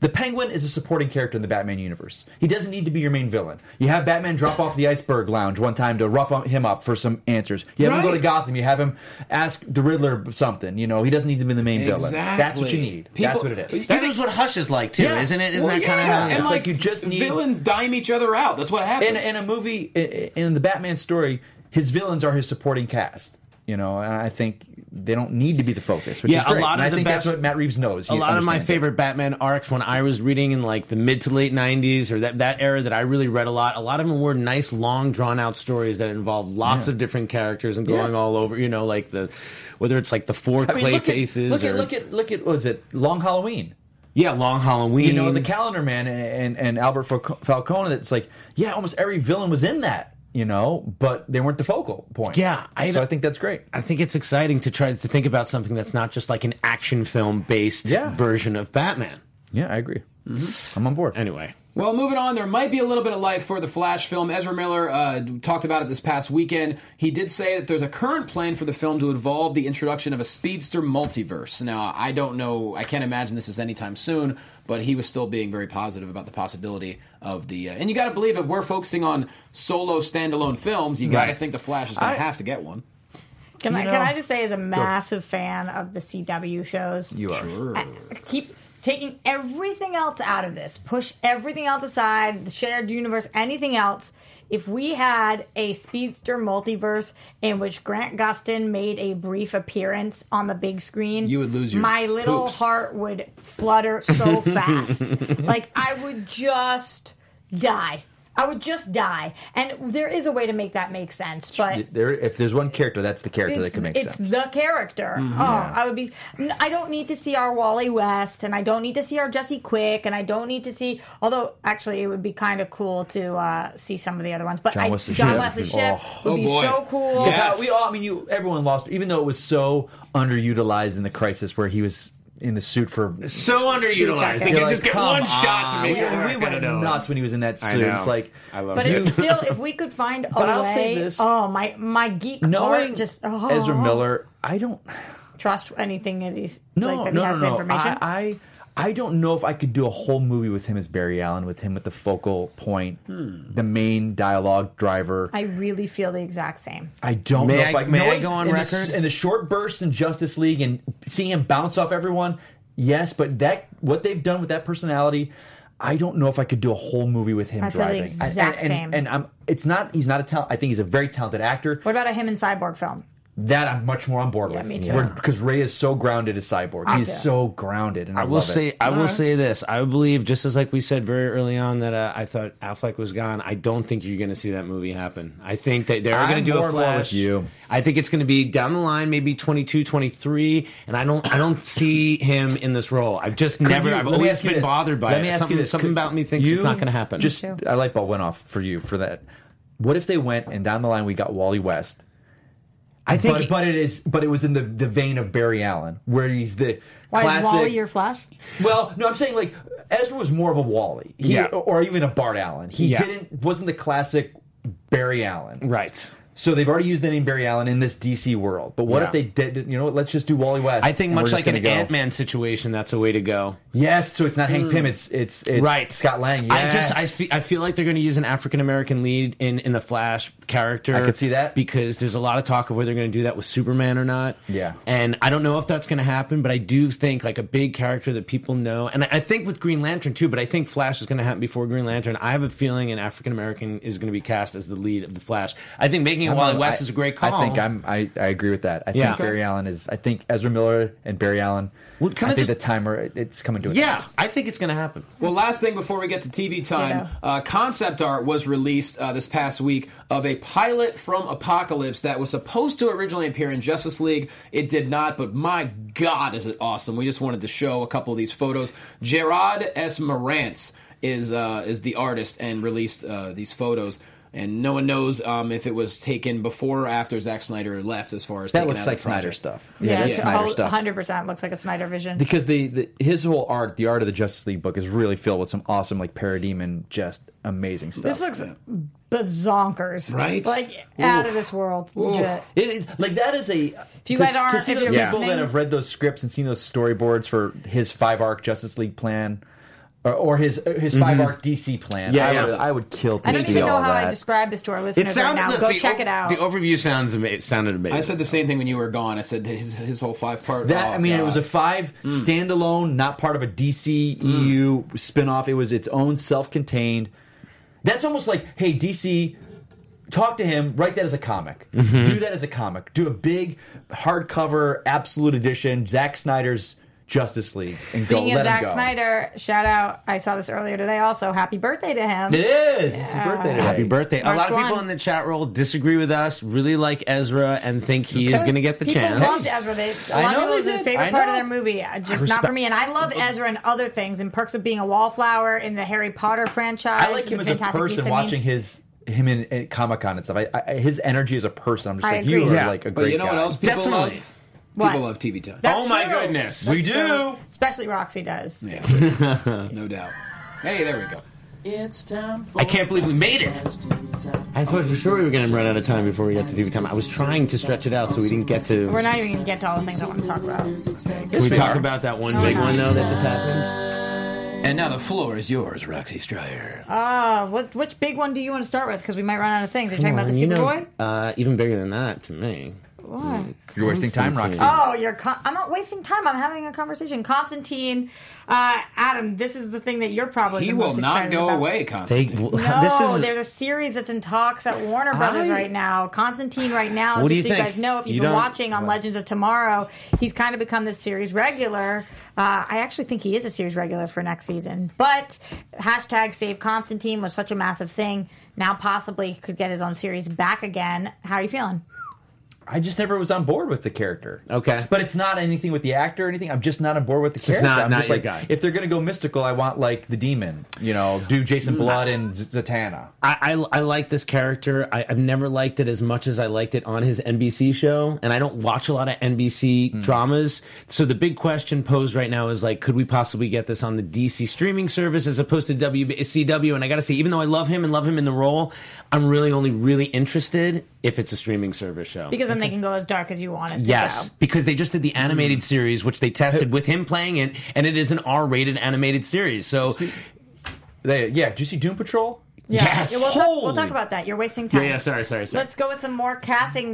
Speaker 7: the Penguin is a supporting character in the Batman universe. He doesn't need to be your main villain. You have Batman drop off the Iceberg Lounge one time to rough him up for some answers. You have him go to
Speaker 2: Right.
Speaker 7: Gotham. You have him ask the Riddler something. You know he doesn't need to be the main villain. That's what you
Speaker 2: Exactly.
Speaker 7: need.
Speaker 2: People-
Speaker 7: That's what it is.
Speaker 5: that is what Hush is like too, isn't it? Isn't
Speaker 2: Well,
Speaker 5: that kind of
Speaker 2: yeah,
Speaker 5: how
Speaker 2: and
Speaker 7: it's
Speaker 2: like,
Speaker 7: like you just need-
Speaker 2: villains dime each other out. That's what happens.
Speaker 7: in, in a movie in, in the batman story his villains are his supporting cast you know and i think they don't need to be the focus which
Speaker 5: Yeah,
Speaker 7: is great.
Speaker 5: a lot
Speaker 7: And
Speaker 5: of
Speaker 7: i
Speaker 5: the
Speaker 7: think
Speaker 5: best-
Speaker 7: that's what matt reeves knows
Speaker 5: a
Speaker 7: He
Speaker 5: lot of my
Speaker 7: understands
Speaker 5: favorite Batman arcs when I was reading in like the mid to late '90s or that that era that I really read a lot. A lot of them were nice, long, drawn out stories that involved lots of different characters and going
Speaker 7: Yeah.
Speaker 5: all over. You know, like the whether it's like the four
Speaker 7: it. I
Speaker 5: clay
Speaker 7: mean, look
Speaker 5: faces.
Speaker 7: at, look at
Speaker 5: or-
Speaker 7: look at look at what was it long halloween
Speaker 5: yeah, Long Halloween.
Speaker 7: you know the calendar man and and, and albert Falco- falcone that's like yeah almost every villain was in that you know but they weren't the focal point
Speaker 5: Yeah, I-
Speaker 7: so i think that's great
Speaker 5: I think it's exciting to try to think about something that's not just like an action film based
Speaker 7: Yeah.
Speaker 5: version of Batman.
Speaker 7: yeah i agree i'm on board
Speaker 5: Anyway,
Speaker 2: Well, moving on, there might be a little bit of life for the Flash film. Ezra Miller uh, d- talked about it this past weekend. He did say that there's a current plan for the film to involve the introduction of a speedster multiverse. Now, I don't know, I can't imagine this is anytime soon, but he was still being very positive about the possibility of the. Uh, and you got to believe if we're focusing on solo standalone films, you got to
Speaker 5: Right.
Speaker 2: think the Flash is going
Speaker 7: I-
Speaker 2: to have to get one.
Speaker 6: Can, I,
Speaker 7: You
Speaker 6: can
Speaker 7: know-
Speaker 6: I just say, as a massive fan of the CW shows,
Speaker 7: you are
Speaker 6: I- I keep taking everything else out of this, push everything else aside, the shared universe, anything else. If we had a speedster multiverse in which Grant Gustin made a brief appearance on the big screen,
Speaker 2: You would lose your
Speaker 6: my little
Speaker 2: poops.
Speaker 6: heart would flutter so fast. like I would just die. I would just die. And there is a way to make that make sense, but
Speaker 7: there if there's one character that's the character that can make
Speaker 6: it's
Speaker 7: sense Mm-hmm.
Speaker 6: the character. Oh, I would be. n- I don't need to see our Wally West, and I don't need to see our Jesse Quick, and I don't need to see. Although, actually, it would be kind of cool to uh, see some of the other ones. But
Speaker 7: John
Speaker 6: I,
Speaker 7: Wesley
Speaker 6: John
Speaker 7: Shipp.
Speaker 6: Wesley Ship
Speaker 7: Oh,
Speaker 6: would
Speaker 2: oh
Speaker 6: be
Speaker 2: boy.
Speaker 6: so cool.
Speaker 2: Yes.
Speaker 7: Because, uh, we all, I mean, you, everyone lost, even though it was so underutilized in the crisis where he was in the suit for.
Speaker 5: so underutilized. They
Speaker 6: You're
Speaker 5: can
Speaker 7: like,
Speaker 5: just get
Speaker 7: "Come
Speaker 5: one shot to
Speaker 7: on."
Speaker 5: make
Speaker 7: we,
Speaker 5: it work.
Speaker 7: we went
Speaker 5: I don't know.
Speaker 7: nuts when he was in that
Speaker 5: I
Speaker 7: suit.
Speaker 5: know.
Speaker 7: It's like
Speaker 5: I love
Speaker 6: But
Speaker 5: it.
Speaker 6: it's still, if we could find a
Speaker 7: But
Speaker 6: way.
Speaker 7: I'll say this.
Speaker 6: Oh my, my geek
Speaker 7: knowing
Speaker 6: heart just oh,
Speaker 7: Ezra Miller. I don't
Speaker 6: trust anything that he's
Speaker 7: no
Speaker 6: like, that
Speaker 7: no
Speaker 6: he
Speaker 7: no
Speaker 6: has the
Speaker 7: no.
Speaker 6: information.
Speaker 7: I, I I don't know if I could do a whole movie with him as Barry Allen, with him with the focal point, the main dialogue driver.
Speaker 6: I really feel the exact same.
Speaker 7: I don't
Speaker 5: May
Speaker 7: know if
Speaker 5: I-
Speaker 7: I
Speaker 5: may I
Speaker 7: knowing
Speaker 5: go on
Speaker 7: in the-
Speaker 5: record?
Speaker 7: in the short bursts in Justice League and seeing him bounce off everyone. Yes, but that what they've done with that personality, I don't know if I could do a whole movie with him
Speaker 6: I feel the
Speaker 7: driving. I-
Speaker 6: exact
Speaker 7: and,
Speaker 6: same.
Speaker 7: and, And I'm it's not he's not a talent. I think he's a very talented actor.
Speaker 6: What about a him and cyborg film?
Speaker 7: That I'm much more on board with.
Speaker 6: me too.
Speaker 7: Because Ray is so grounded as Cyborg. He's
Speaker 6: yeah.
Speaker 7: so grounded. And I,
Speaker 5: I will
Speaker 7: love it.
Speaker 5: say, I will say this. I believe, just as like we said very early on, that uh, I thought Affleck was gone. I don't think you're going to see that movie happen. I think that they're
Speaker 7: I'm
Speaker 5: going to do
Speaker 7: more
Speaker 5: a
Speaker 7: and more with
Speaker 5: flash.
Speaker 7: you.
Speaker 5: I think it's going to be down the line, maybe 22, 23, and I don't, I don't see him in this role. I've just never,
Speaker 7: you-
Speaker 5: I've
Speaker 7: let me
Speaker 5: always
Speaker 7: ask you
Speaker 5: been
Speaker 7: this.
Speaker 5: bothered by
Speaker 7: Let
Speaker 5: it.
Speaker 7: me ask you
Speaker 5: something
Speaker 7: this.
Speaker 5: something
Speaker 7: Could
Speaker 5: about me thinks
Speaker 7: you
Speaker 5: it's not going to happen.
Speaker 7: Just
Speaker 6: too.
Speaker 7: I light bulb went off for you for that. What if they went and down the line we got Wally West?
Speaker 5: I think,
Speaker 7: but, but it is but it was in the, the vein of Barry Allen where he's the
Speaker 6: Why
Speaker 7: classic.
Speaker 6: is Wally your Flash?
Speaker 7: well, no, I'm saying like Ezra was more of a Wally, he,
Speaker 5: Yeah.
Speaker 7: or even a Bart Allen. He
Speaker 5: Yeah.
Speaker 7: didn't wasn't the classic Barry Allen.
Speaker 5: right.
Speaker 7: So they've already used the name Barry Allen in this DC world. But what
Speaker 5: Yeah.
Speaker 7: if they did? You know what? Let's just do Wally West.
Speaker 5: I think
Speaker 7: and we're
Speaker 5: much
Speaker 7: just
Speaker 5: like
Speaker 7: gonna
Speaker 5: an
Speaker 7: go.
Speaker 5: Ant Man situation, that's a way to go.
Speaker 7: Yes. So it's not Hank Pym. It's it's, it's
Speaker 5: Mm. right
Speaker 7: Scott Lang.
Speaker 5: i just I
Speaker 7: Yes.
Speaker 5: feel, I feel like they're going to use an african american lead in in the flash character
Speaker 7: I could see that.
Speaker 5: because there's a lot of talk of whether they're going to do that with superman or not
Speaker 7: Yeah.
Speaker 5: and i don't know if that's going to happen but i do think like a big character that people know and i I think with green lantern too but i think flash is going to happen before green lantern i have a feeling an african american is going to be cast as the lead of the flash i think making thinking
Speaker 7: I'm
Speaker 5: Wally
Speaker 7: not-
Speaker 5: West
Speaker 7: I-
Speaker 5: is a great call.
Speaker 7: I think I'm. I, I agree with that. I
Speaker 5: Yeah.
Speaker 7: think Barry Allen is. I think Ezra Miller and Barry Allen.
Speaker 5: Well, kinda
Speaker 7: I think
Speaker 5: just-
Speaker 7: the timer it's coming to an end.
Speaker 5: Yeah, I think it's going to happen.
Speaker 2: Well, last thing before we get to TV time,
Speaker 6: Ditto.
Speaker 2: uh, concept art was released uh, this past week of a pilot from Apocalypse that was supposed to originally appear in Justice League. It did not, but my God, is it awesome! We just wanted to show a couple of these photos. Gerard S. Morantz is uh, is the artist and released uh, these photos. And no one knows um, if it was taken before or after Zack Snyder left. As far as
Speaker 7: That
Speaker 2: taking
Speaker 7: looks
Speaker 2: out
Speaker 7: like
Speaker 2: the
Speaker 7: Snyder
Speaker 2: project.
Speaker 7: stuff.
Speaker 6: Yeah,
Speaker 7: that's
Speaker 6: it's
Speaker 7: Snyder
Speaker 6: all-
Speaker 7: stuff.
Speaker 6: 100% looks like a Snyder vision.
Speaker 7: because the, the his whole art, the art of the Justice League book, is really filled with some awesome like parademon, just amazing stuff.
Speaker 6: this looks bazonkers.
Speaker 2: Right?
Speaker 6: Like, out of this world. Legit.
Speaker 7: It, it, like that is a. If
Speaker 6: you
Speaker 7: to,
Speaker 6: guys
Speaker 7: to
Speaker 6: aren't-
Speaker 7: see
Speaker 6: if
Speaker 7: those
Speaker 6: you're
Speaker 7: people that
Speaker 6: listening-
Speaker 7: have read those scripts and seen those storyboards for his five arc Justice League plan, or, or his his five arc DC plan,
Speaker 5: Yeah,
Speaker 7: I,
Speaker 5: yeah.
Speaker 7: Would, I would kill to
Speaker 6: I don't
Speaker 7: see
Speaker 6: even know
Speaker 7: all
Speaker 6: how
Speaker 7: that.
Speaker 6: I describe this to our listeners right now.
Speaker 5: the-
Speaker 6: Go
Speaker 5: the
Speaker 6: check
Speaker 5: o-
Speaker 6: it out.
Speaker 5: The overview sounds ama- it sounded amazing.
Speaker 2: I said the same thing when you were gone. I said his, his whole oh, five part.
Speaker 5: Oh,
Speaker 7: That I mean, it was a five
Speaker 5: Mm.
Speaker 7: standalone, not part of a DC EU spinoff. It was its own self-contained. That's almost like, hey, DC, talk to him. Write that as a comic.
Speaker 5: Mm-hmm.
Speaker 7: Do that as a comic. Do a big hardcover absolute edition, Zack Snyder's Justice League, and go.
Speaker 6: Speaking of
Speaker 7: let him
Speaker 6: Zack
Speaker 7: go.
Speaker 6: Snyder, shout out. I saw this earlier today also. Happy birthday to him.
Speaker 7: It is. It's his birthday today.
Speaker 5: Happy birthday. a
Speaker 6: March
Speaker 5: lot of people
Speaker 6: 1.
Speaker 5: in the chat roll disagree with us, really like Ezra, and think he is going to get the
Speaker 6: People
Speaker 5: chance.
Speaker 6: loved Ezra. They, a
Speaker 7: I
Speaker 6: lot
Speaker 7: know
Speaker 6: of people
Speaker 7: they
Speaker 6: it was their
Speaker 7: did.
Speaker 6: favorite
Speaker 7: I
Speaker 6: part of
Speaker 7: know.
Speaker 6: their movie. Uh, Just
Speaker 7: respect-
Speaker 6: not for me. And I love Ezra and other things and perks of being a wallflower in the Harry Potter franchise.
Speaker 7: I like him
Speaker 6: the
Speaker 7: as a
Speaker 6: Fantastic Beasts,
Speaker 7: person
Speaker 6: I mean.
Speaker 7: watching his him in, in Comic Con and stuff. I, I, his energy as a person. I'm just
Speaker 6: I
Speaker 7: like you
Speaker 6: agree.
Speaker 7: are
Speaker 5: Yeah.
Speaker 7: like a great.
Speaker 2: But you know what
Speaker 7: guy.
Speaker 2: else people
Speaker 5: Definitely.
Speaker 2: love?
Speaker 6: What?
Speaker 2: People love TV time.
Speaker 6: That's
Speaker 5: Oh my
Speaker 6: true.
Speaker 5: goodness.
Speaker 6: That's
Speaker 5: We
Speaker 6: true.
Speaker 5: do.
Speaker 6: Especially Roxy does.
Speaker 2: No doubt. Hey, there we go.
Speaker 8: It's time for
Speaker 5: I can't believe we made it. I thought for sure we were going to run out of time before we got to TV time. I was trying to stretch it out so we didn't get to.
Speaker 6: We're not even going to get to all the things I want to talk about.
Speaker 5: Can we talk about that one big one though that just happened?
Speaker 2: And now the floor is yours, Roxy Stryer.
Speaker 6: Uh, what, which big one do you want to start with? Because we might run out of things. You're talking about the
Speaker 5: You know,
Speaker 6: Superboy?
Speaker 5: uh, even bigger than that to me.
Speaker 6: Why?
Speaker 7: You're wasting time, Roxy.
Speaker 6: Oh, you're. Con- I'm not wasting time. I'm having a conversation. Constantine, uh, Adam, this is the thing that you're probably
Speaker 2: He
Speaker 6: the
Speaker 2: will
Speaker 6: most
Speaker 2: not
Speaker 6: excited
Speaker 2: go
Speaker 6: about.
Speaker 2: away,
Speaker 5: They,
Speaker 2: Constantine.
Speaker 6: No,
Speaker 5: this is
Speaker 6: there's a series that's in talks at Warner Brothers
Speaker 5: I-
Speaker 6: right now. Constantine, right now,
Speaker 5: What do
Speaker 6: just
Speaker 5: you
Speaker 6: so
Speaker 5: think?
Speaker 6: you guys know, if you've
Speaker 5: You
Speaker 6: been
Speaker 5: don't-
Speaker 6: watching on Legends of Tomorrow, he's kind of become this series regular. Uh, I actually think he is a series regular for next season. But hashtag save Constantine was such a massive thing. Now, possibly, he could get his own series back again. How are you feeling?
Speaker 7: I just never was on board with the character.
Speaker 5: Okay.
Speaker 7: but it's not anything with the actor or anything. I'm just not on board with the character.
Speaker 5: not-
Speaker 7: I'm
Speaker 5: not
Speaker 7: just
Speaker 5: your
Speaker 7: like,
Speaker 5: guy.
Speaker 7: if they're gonna go mystical, I want like the demon. You know, do
Speaker 5: Mm.
Speaker 7: Jason Blood and Z- Zatanna.
Speaker 5: I, I, I like this character. I, I've never liked it as much as I liked it on his NBC show, and I don't watch a lot of NBC dramas. So the big question posed right now is like, could we possibly get this on the DC streaming service as opposed to WCW? And I got to say, even though I love him and love him in the role, I'm really only really interested if it's a streaming service show.
Speaker 6: Because then they can go as dark as you want it to
Speaker 5: Yes,
Speaker 6: go.
Speaker 5: because they just did the animated series, which they tested with him playing it, and it is an R-rated animated series. So
Speaker 7: They, yeah, do you see Doom Patrol?
Speaker 5: yes,
Speaker 6: Yeah, we'll, talk, we'll
Speaker 5: Holy-
Speaker 6: talk about that. You're wasting
Speaker 5: Yeah,
Speaker 6: time.
Speaker 5: yeah, sorry, sorry, sorry.
Speaker 6: Let's go with some more casting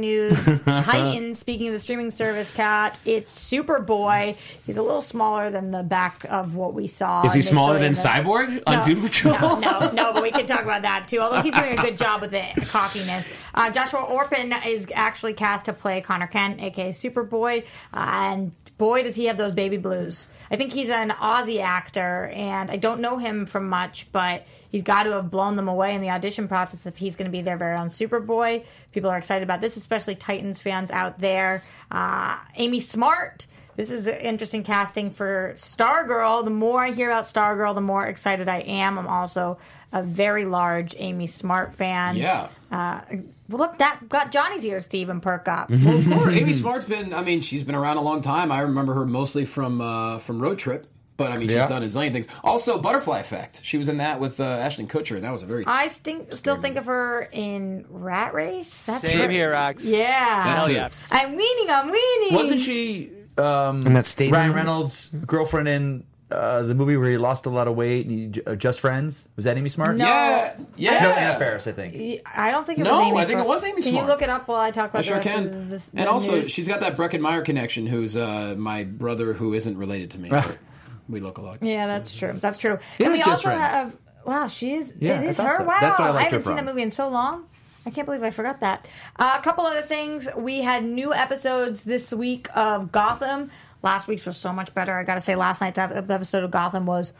Speaker 6: news. Titan, speaking of the streaming service, cat, it's Superboy. He's a little smaller than the back of what we saw.
Speaker 5: Is he smaller than
Speaker 6: initially in the-
Speaker 5: Cyborg on
Speaker 6: No,
Speaker 5: Doom Patrol?
Speaker 6: No, no, no, but we can talk about that too. Although he's doing a good job with it, cockiness. Uh, Joshua Orpin is actually cast to play Connor Kent, aka Superboy, uh, and boy does he have those baby blues. I think he's an Aussie actor, and I don't know him from much, but he's got to have blown them away in the audition process if he's going to be their very own Superboy. People are excited about this, especially Titans fans out there. Uh, Amy Smart. This is an interesting casting for Stargirl. The more I hear about Stargirl, the more excited I am. I'm also a very large Amy Smart fan.
Speaker 2: yeah.
Speaker 6: Ah. Well, look, that got Johnny's ears to even perk up.
Speaker 2: Well, of course. Amy Smart's been, I mean, she's been around a long time. I remember her mostly from uh, from Road Trip, but I mean, she's
Speaker 7: Yeah.
Speaker 2: done a zillion things. Also, Butterfly Effect. She was in that with uh, Ashton Kutcher. That was a very.
Speaker 6: I stink, still think of her in Rat Race. That's
Speaker 8: Same
Speaker 6: her.
Speaker 8: here, Rox.
Speaker 6: Yeah.
Speaker 2: That too.
Speaker 8: yeah.
Speaker 6: I'm weaning, I'm weaning.
Speaker 7: Wasn't she um,
Speaker 5: And that statement-
Speaker 7: Ryan Reynolds' girlfriend in uh, the movie where he lost a lot of weight and he, uh, Just Friends? Was that Amy Smart?
Speaker 6: No.
Speaker 2: Yeah. Yeah.
Speaker 7: no, Anna Faris, I think.
Speaker 6: I don't think it
Speaker 2: No,
Speaker 6: was Amy.
Speaker 2: I think it was Amy
Speaker 6: Can
Speaker 2: Smart.
Speaker 6: you look it up while I talk about
Speaker 2: I
Speaker 6: the
Speaker 2: sure
Speaker 6: rest
Speaker 2: can.
Speaker 6: of this?
Speaker 2: and
Speaker 6: the
Speaker 2: also,
Speaker 6: news?
Speaker 2: she's got that Breckenmeyer connection, who's uh, my brother who isn't related to me. so we look alike.
Speaker 6: Yeah, that's true. That's true.
Speaker 2: It
Speaker 6: and
Speaker 2: was
Speaker 6: we
Speaker 2: just
Speaker 6: also
Speaker 2: friends.
Speaker 6: have wow, she is
Speaker 7: Yeah,
Speaker 6: it
Speaker 7: I
Speaker 6: is
Speaker 7: thought
Speaker 6: her.
Speaker 7: so.
Speaker 6: Wow.
Speaker 7: That's what I liked her
Speaker 6: haven't seen
Speaker 7: from.
Speaker 6: that movie in so long. I can't believe I forgot that. Uh, a couple other things. We had new episodes this week of Gotham. Last week's was so much better. I got to say, last night's ep- episode of Gotham was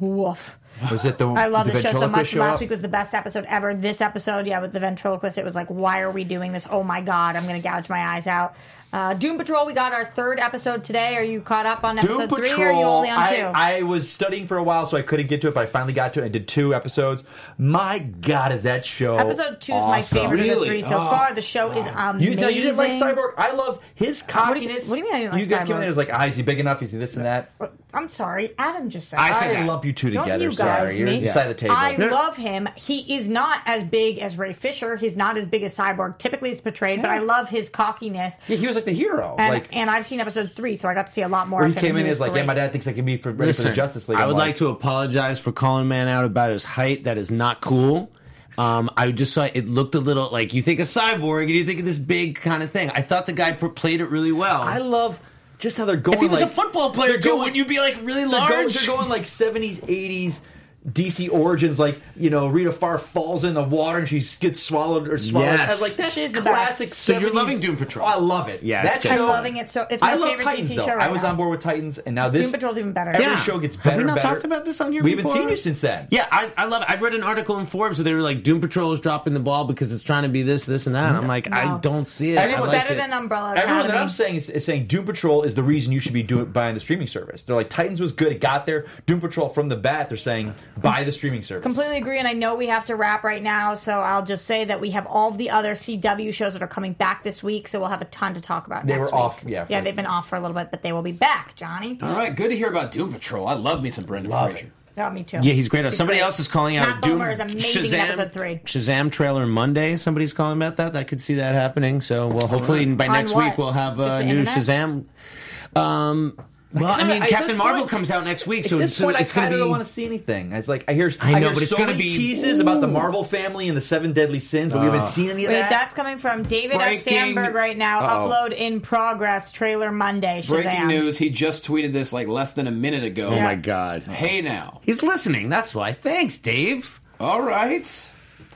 Speaker 6: woof.
Speaker 7: Was it the
Speaker 6: I love
Speaker 7: the
Speaker 6: this show so
Speaker 7: ventriloquist
Speaker 6: much.
Speaker 7: show
Speaker 6: Last
Speaker 7: up?
Speaker 6: week was the best episode ever. This episode, yeah, with the ventriloquist, it was like, why are we doing this? Oh my god, I'm gonna gouge my eyes out. Uh, Doom Patrol, we got our third episode today. Are you caught up on
Speaker 7: Doom
Speaker 6: episode
Speaker 7: Patrol.
Speaker 6: three? Or are you only on two?
Speaker 7: I, I was studying for a while, so I couldn't get to it, but I finally got to it and did two episodes. My God, is that show
Speaker 6: episode two is my
Speaker 7: Oh, awesome.
Speaker 6: favorite of the
Speaker 2: Really?
Speaker 6: three so
Speaker 2: Oh,
Speaker 6: far. The show is amazing.
Speaker 7: You, no, you didn't like Cyborg. I love his
Speaker 6: do you-
Speaker 7: cockiness.
Speaker 6: what do you mean I didn't like
Speaker 7: guys came
Speaker 6: Cyborg?
Speaker 7: in there was like, ah, is he big enough? Is he this and that?
Speaker 6: I'm sorry, Adam just said.
Speaker 2: I
Speaker 6: that.
Speaker 2: said
Speaker 7: I
Speaker 2: that.
Speaker 7: lump you two
Speaker 6: Don't
Speaker 7: together.
Speaker 6: you guys
Speaker 7: Sorry, you're
Speaker 6: make-
Speaker 7: inside the table.
Speaker 6: I love him. He is not as big as Ray Fisher. He's not as big as Cyborg typically is portrayed, but I love his cockiness.
Speaker 7: yeah, he was like the hero.
Speaker 6: And,
Speaker 7: like,
Speaker 6: and I've seen episode three, so I got to see a lot more.
Speaker 7: where he
Speaker 6: of him.
Speaker 7: came in
Speaker 6: was
Speaker 7: as like,
Speaker 6: great.
Speaker 7: yeah, my dad thinks I can be for, ready for the Justice League.
Speaker 5: I
Speaker 7: I'm
Speaker 5: would like, to apologize for calling man out about his height. That is not cool. Um, I just saw it looked a little like you think of cyborg and you think of this big kind of thing. I thought the guy pr- played it really well.
Speaker 7: I love just how they're going.
Speaker 5: if he was
Speaker 7: like,
Speaker 5: a football player
Speaker 7: they're
Speaker 5: too,
Speaker 7: going-
Speaker 5: wouldn't you be like really
Speaker 7: they're
Speaker 5: large?
Speaker 7: going, they're going like 70s, 80s DC origins, like, you know, Rita Farr falls in the water and she gets swallowed or swallowed.
Speaker 5: Yes.
Speaker 7: I was like, that's
Speaker 6: She's the
Speaker 7: classic
Speaker 5: So you're
Speaker 7: 70s.
Speaker 5: loving Doom Patrol.
Speaker 7: Oh, I love it.
Speaker 5: Yeah,
Speaker 7: that
Speaker 5: it's good.
Speaker 7: show,
Speaker 6: I'm loving it so. It's my
Speaker 7: I love
Speaker 6: favorite
Speaker 7: Titans,
Speaker 6: DC
Speaker 7: though.
Speaker 6: show right
Speaker 7: I was
Speaker 6: now.
Speaker 7: on board with Titans, and now this.
Speaker 6: Doom Patrol's even better.
Speaker 7: Every
Speaker 5: Yeah.
Speaker 7: show gets
Speaker 5: Have
Speaker 7: better
Speaker 5: we
Speaker 7: and
Speaker 5: not
Speaker 7: better.
Speaker 5: talked about this on here
Speaker 7: We haven't
Speaker 5: before?
Speaker 7: seen you since then.
Speaker 5: Yeah, I, I love it. I read an article in Forbes that they were like Doom Patrol is dropping the ball because it's trying to be this, this, and that.
Speaker 7: Mm-hmm.
Speaker 5: I'm like, I
Speaker 6: No.
Speaker 5: don't see it.
Speaker 7: I
Speaker 5: I
Speaker 7: mean,
Speaker 6: It's
Speaker 7: it's
Speaker 5: like
Speaker 6: better
Speaker 5: it.
Speaker 6: than Umbrella Academy.
Speaker 7: Everyone that I'm saying is, is saying Doom Patrol is the reason you should be doing buying the streaming service. They're like Titans was good, it got there. Doom Patrol from the bat, they're saying buy the streaming service.
Speaker 6: completely agree, and I know we have to wrap right now, so I'll just say that we have all the other CW shows that are coming back this week, so we'll have a ton to talk about.
Speaker 7: They
Speaker 6: next
Speaker 7: were
Speaker 6: week.
Speaker 7: off, yeah,
Speaker 6: yeah,
Speaker 7: for-
Speaker 6: they've been off for a little bit, but they will be back. Johnny,
Speaker 2: All right, good to hear about Doom Patrol. I love me some Brendan Fraser.
Speaker 6: yeah, Oh, me too.
Speaker 5: Yeah, he's great. Somebody else is calling out
Speaker 6: Matt
Speaker 5: Doom.
Speaker 6: Bomer is amazing
Speaker 5: Shazam,
Speaker 6: in episode three.
Speaker 5: Shazam trailer Monday. Somebody's calling about that. I could see that happening. So, well, hopefully by
Speaker 6: On
Speaker 5: next
Speaker 6: what?
Speaker 5: week we'll have
Speaker 6: Just
Speaker 5: a
Speaker 6: the
Speaker 5: new
Speaker 6: internet?
Speaker 5: Shazam. Um, well, I
Speaker 7: kinda-
Speaker 5: mean,
Speaker 7: at
Speaker 5: Captain
Speaker 7: this
Speaker 5: Marvel
Speaker 7: point-
Speaker 5: comes out next week,
Speaker 7: At
Speaker 5: so,
Speaker 7: this
Speaker 5: so
Speaker 7: point,
Speaker 5: it's
Speaker 7: I
Speaker 5: going
Speaker 7: kind
Speaker 5: to
Speaker 7: of
Speaker 5: be.
Speaker 7: don't want to see anything. It's like I hear,
Speaker 5: I
Speaker 7: I
Speaker 5: know,
Speaker 7: hear
Speaker 5: but it's
Speaker 7: so
Speaker 5: gonna
Speaker 7: many
Speaker 5: be-
Speaker 7: teases about the Marvel family and the seven deadly sins, but we haven't seen any of
Speaker 6: Wait,
Speaker 7: that.
Speaker 6: that's coming from David F.
Speaker 2: Breaking-
Speaker 6: Sandberg right now.
Speaker 7: Uh-oh.
Speaker 6: Upload in progress. Trailer Monday. Shazam.
Speaker 2: Breaking news, he just tweeted this like less than a minute ago.
Speaker 5: Oh my god,
Speaker 2: Hey now.
Speaker 5: he's listening. That's why. Thanks, Dave.
Speaker 2: All right.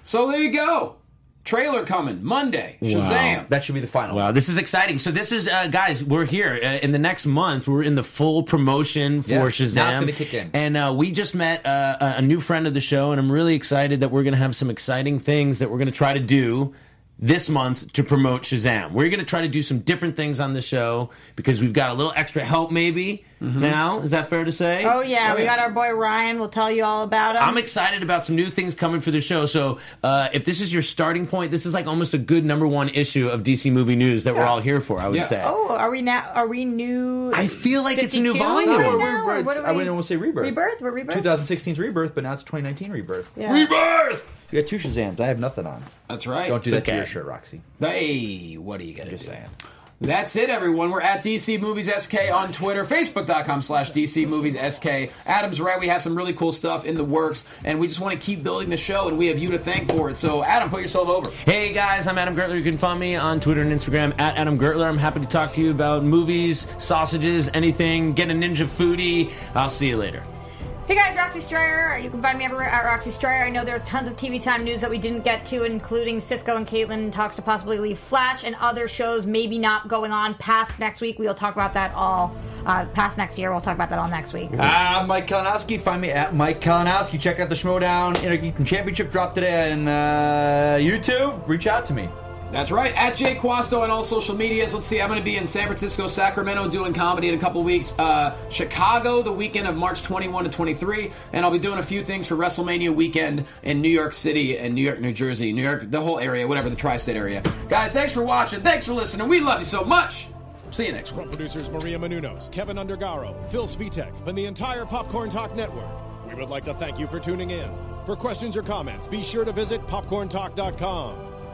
Speaker 2: So there you go. Trailer coming Monday. Shazam.
Speaker 7: that should be the final.
Speaker 5: Wow, this is exciting. So this is, uh, guys, we're here uh, in the next month. We're in the full promotion for
Speaker 7: Yeah, now it's
Speaker 5: Shazam.
Speaker 7: gonna kick in.
Speaker 5: and uh, we just met uh, a- a new friend of the show, and I'm really excited that we're going to have some exciting things that we're going to try to do this month to promote Shazam. We're going to try to do some different things on the show because we've got a little extra help. Maybe
Speaker 7: Mm-hmm.
Speaker 5: now is that fair to say?
Speaker 6: Oh yeah, we got our boy Ryan. We'll tell you all about him.
Speaker 5: I'm excited about some new things coming for the show. So, uh, if this is your starting point, this is like almost a good number one issue of DC movie news that we're all here for. I would
Speaker 2: Yeah.
Speaker 5: say.
Speaker 6: oh, are we now? Are we new?
Speaker 5: I feel like it's a new
Speaker 6: 52
Speaker 5: volume.
Speaker 6: right
Speaker 5: No,
Speaker 7: We're-
Speaker 5: we're-
Speaker 6: now,
Speaker 7: we're-
Speaker 6: or what
Speaker 7: it's-
Speaker 6: are
Speaker 7: I
Speaker 6: we-
Speaker 7: wouldn't want to say rebirth.
Speaker 6: Rebirth? We're rebirth?
Speaker 7: 2016's rebirth, but now it's 2019 rebirth.
Speaker 6: Yeah.
Speaker 2: Rebirth.
Speaker 7: You got two Shazams. I have nothing on.
Speaker 2: That's right.
Speaker 7: Don't do that to
Speaker 5: okay.
Speaker 7: your shirt, Roxy.
Speaker 2: Hey, what are you gonna do?
Speaker 7: saying.
Speaker 2: That's it, everyone. We're at DC Movies SK on Twitter, Facebook.com slash DC Movies SK. Adam's right. We have some really cool stuff in the works, and we just want to keep building the show, and we have you to thank for it. So, Adam, put yourself over.
Speaker 5: Hey guys, I'm Adam Gertler. You can find me on Twitter and Instagram at Adam Gertler. I'm happy to talk to you about movies, sausages, anything. Get a ninja foodie. I'll see you later.
Speaker 6: Hey guys, Roxy Stryer. You can find me everywhere at Roxy Stryer. I know there are tons of TV time news that we didn't get to, including Cisco and Caitlin talks to possibly leave Flash and other shows maybe not going on past next week. We'll talk about that all uh, past next year. We'll talk about that all next week.
Speaker 7: Ah, Mike Kalinowski. Find me at Mike Kalinowski. Check out the Schmodown Intergeekdom Championship drop today on uh, YouTube. Reach out to me.
Speaker 2: That's right, at Jay Quasto on all social medias. Let's see, I'm going to be in San Francisco, Sacramento doing comedy in a couple weeks. Uh, Chicago, the weekend of March 21 to 23. And I'll be doing a few things for WrestleMania weekend in New York City and New York, New Jersey, New York, the whole area, whatever, the tri state area. Guys, thanks for watching. Thanks for listening. We love you so much. See you next week.
Speaker 8: From producers Maria Menunos, Kevin Undergaro, Phil Svitek, and the entire Popcorn Talk Network, we would like to thank you for tuning in. For questions or comments, be sure to visit popcorntalk.com.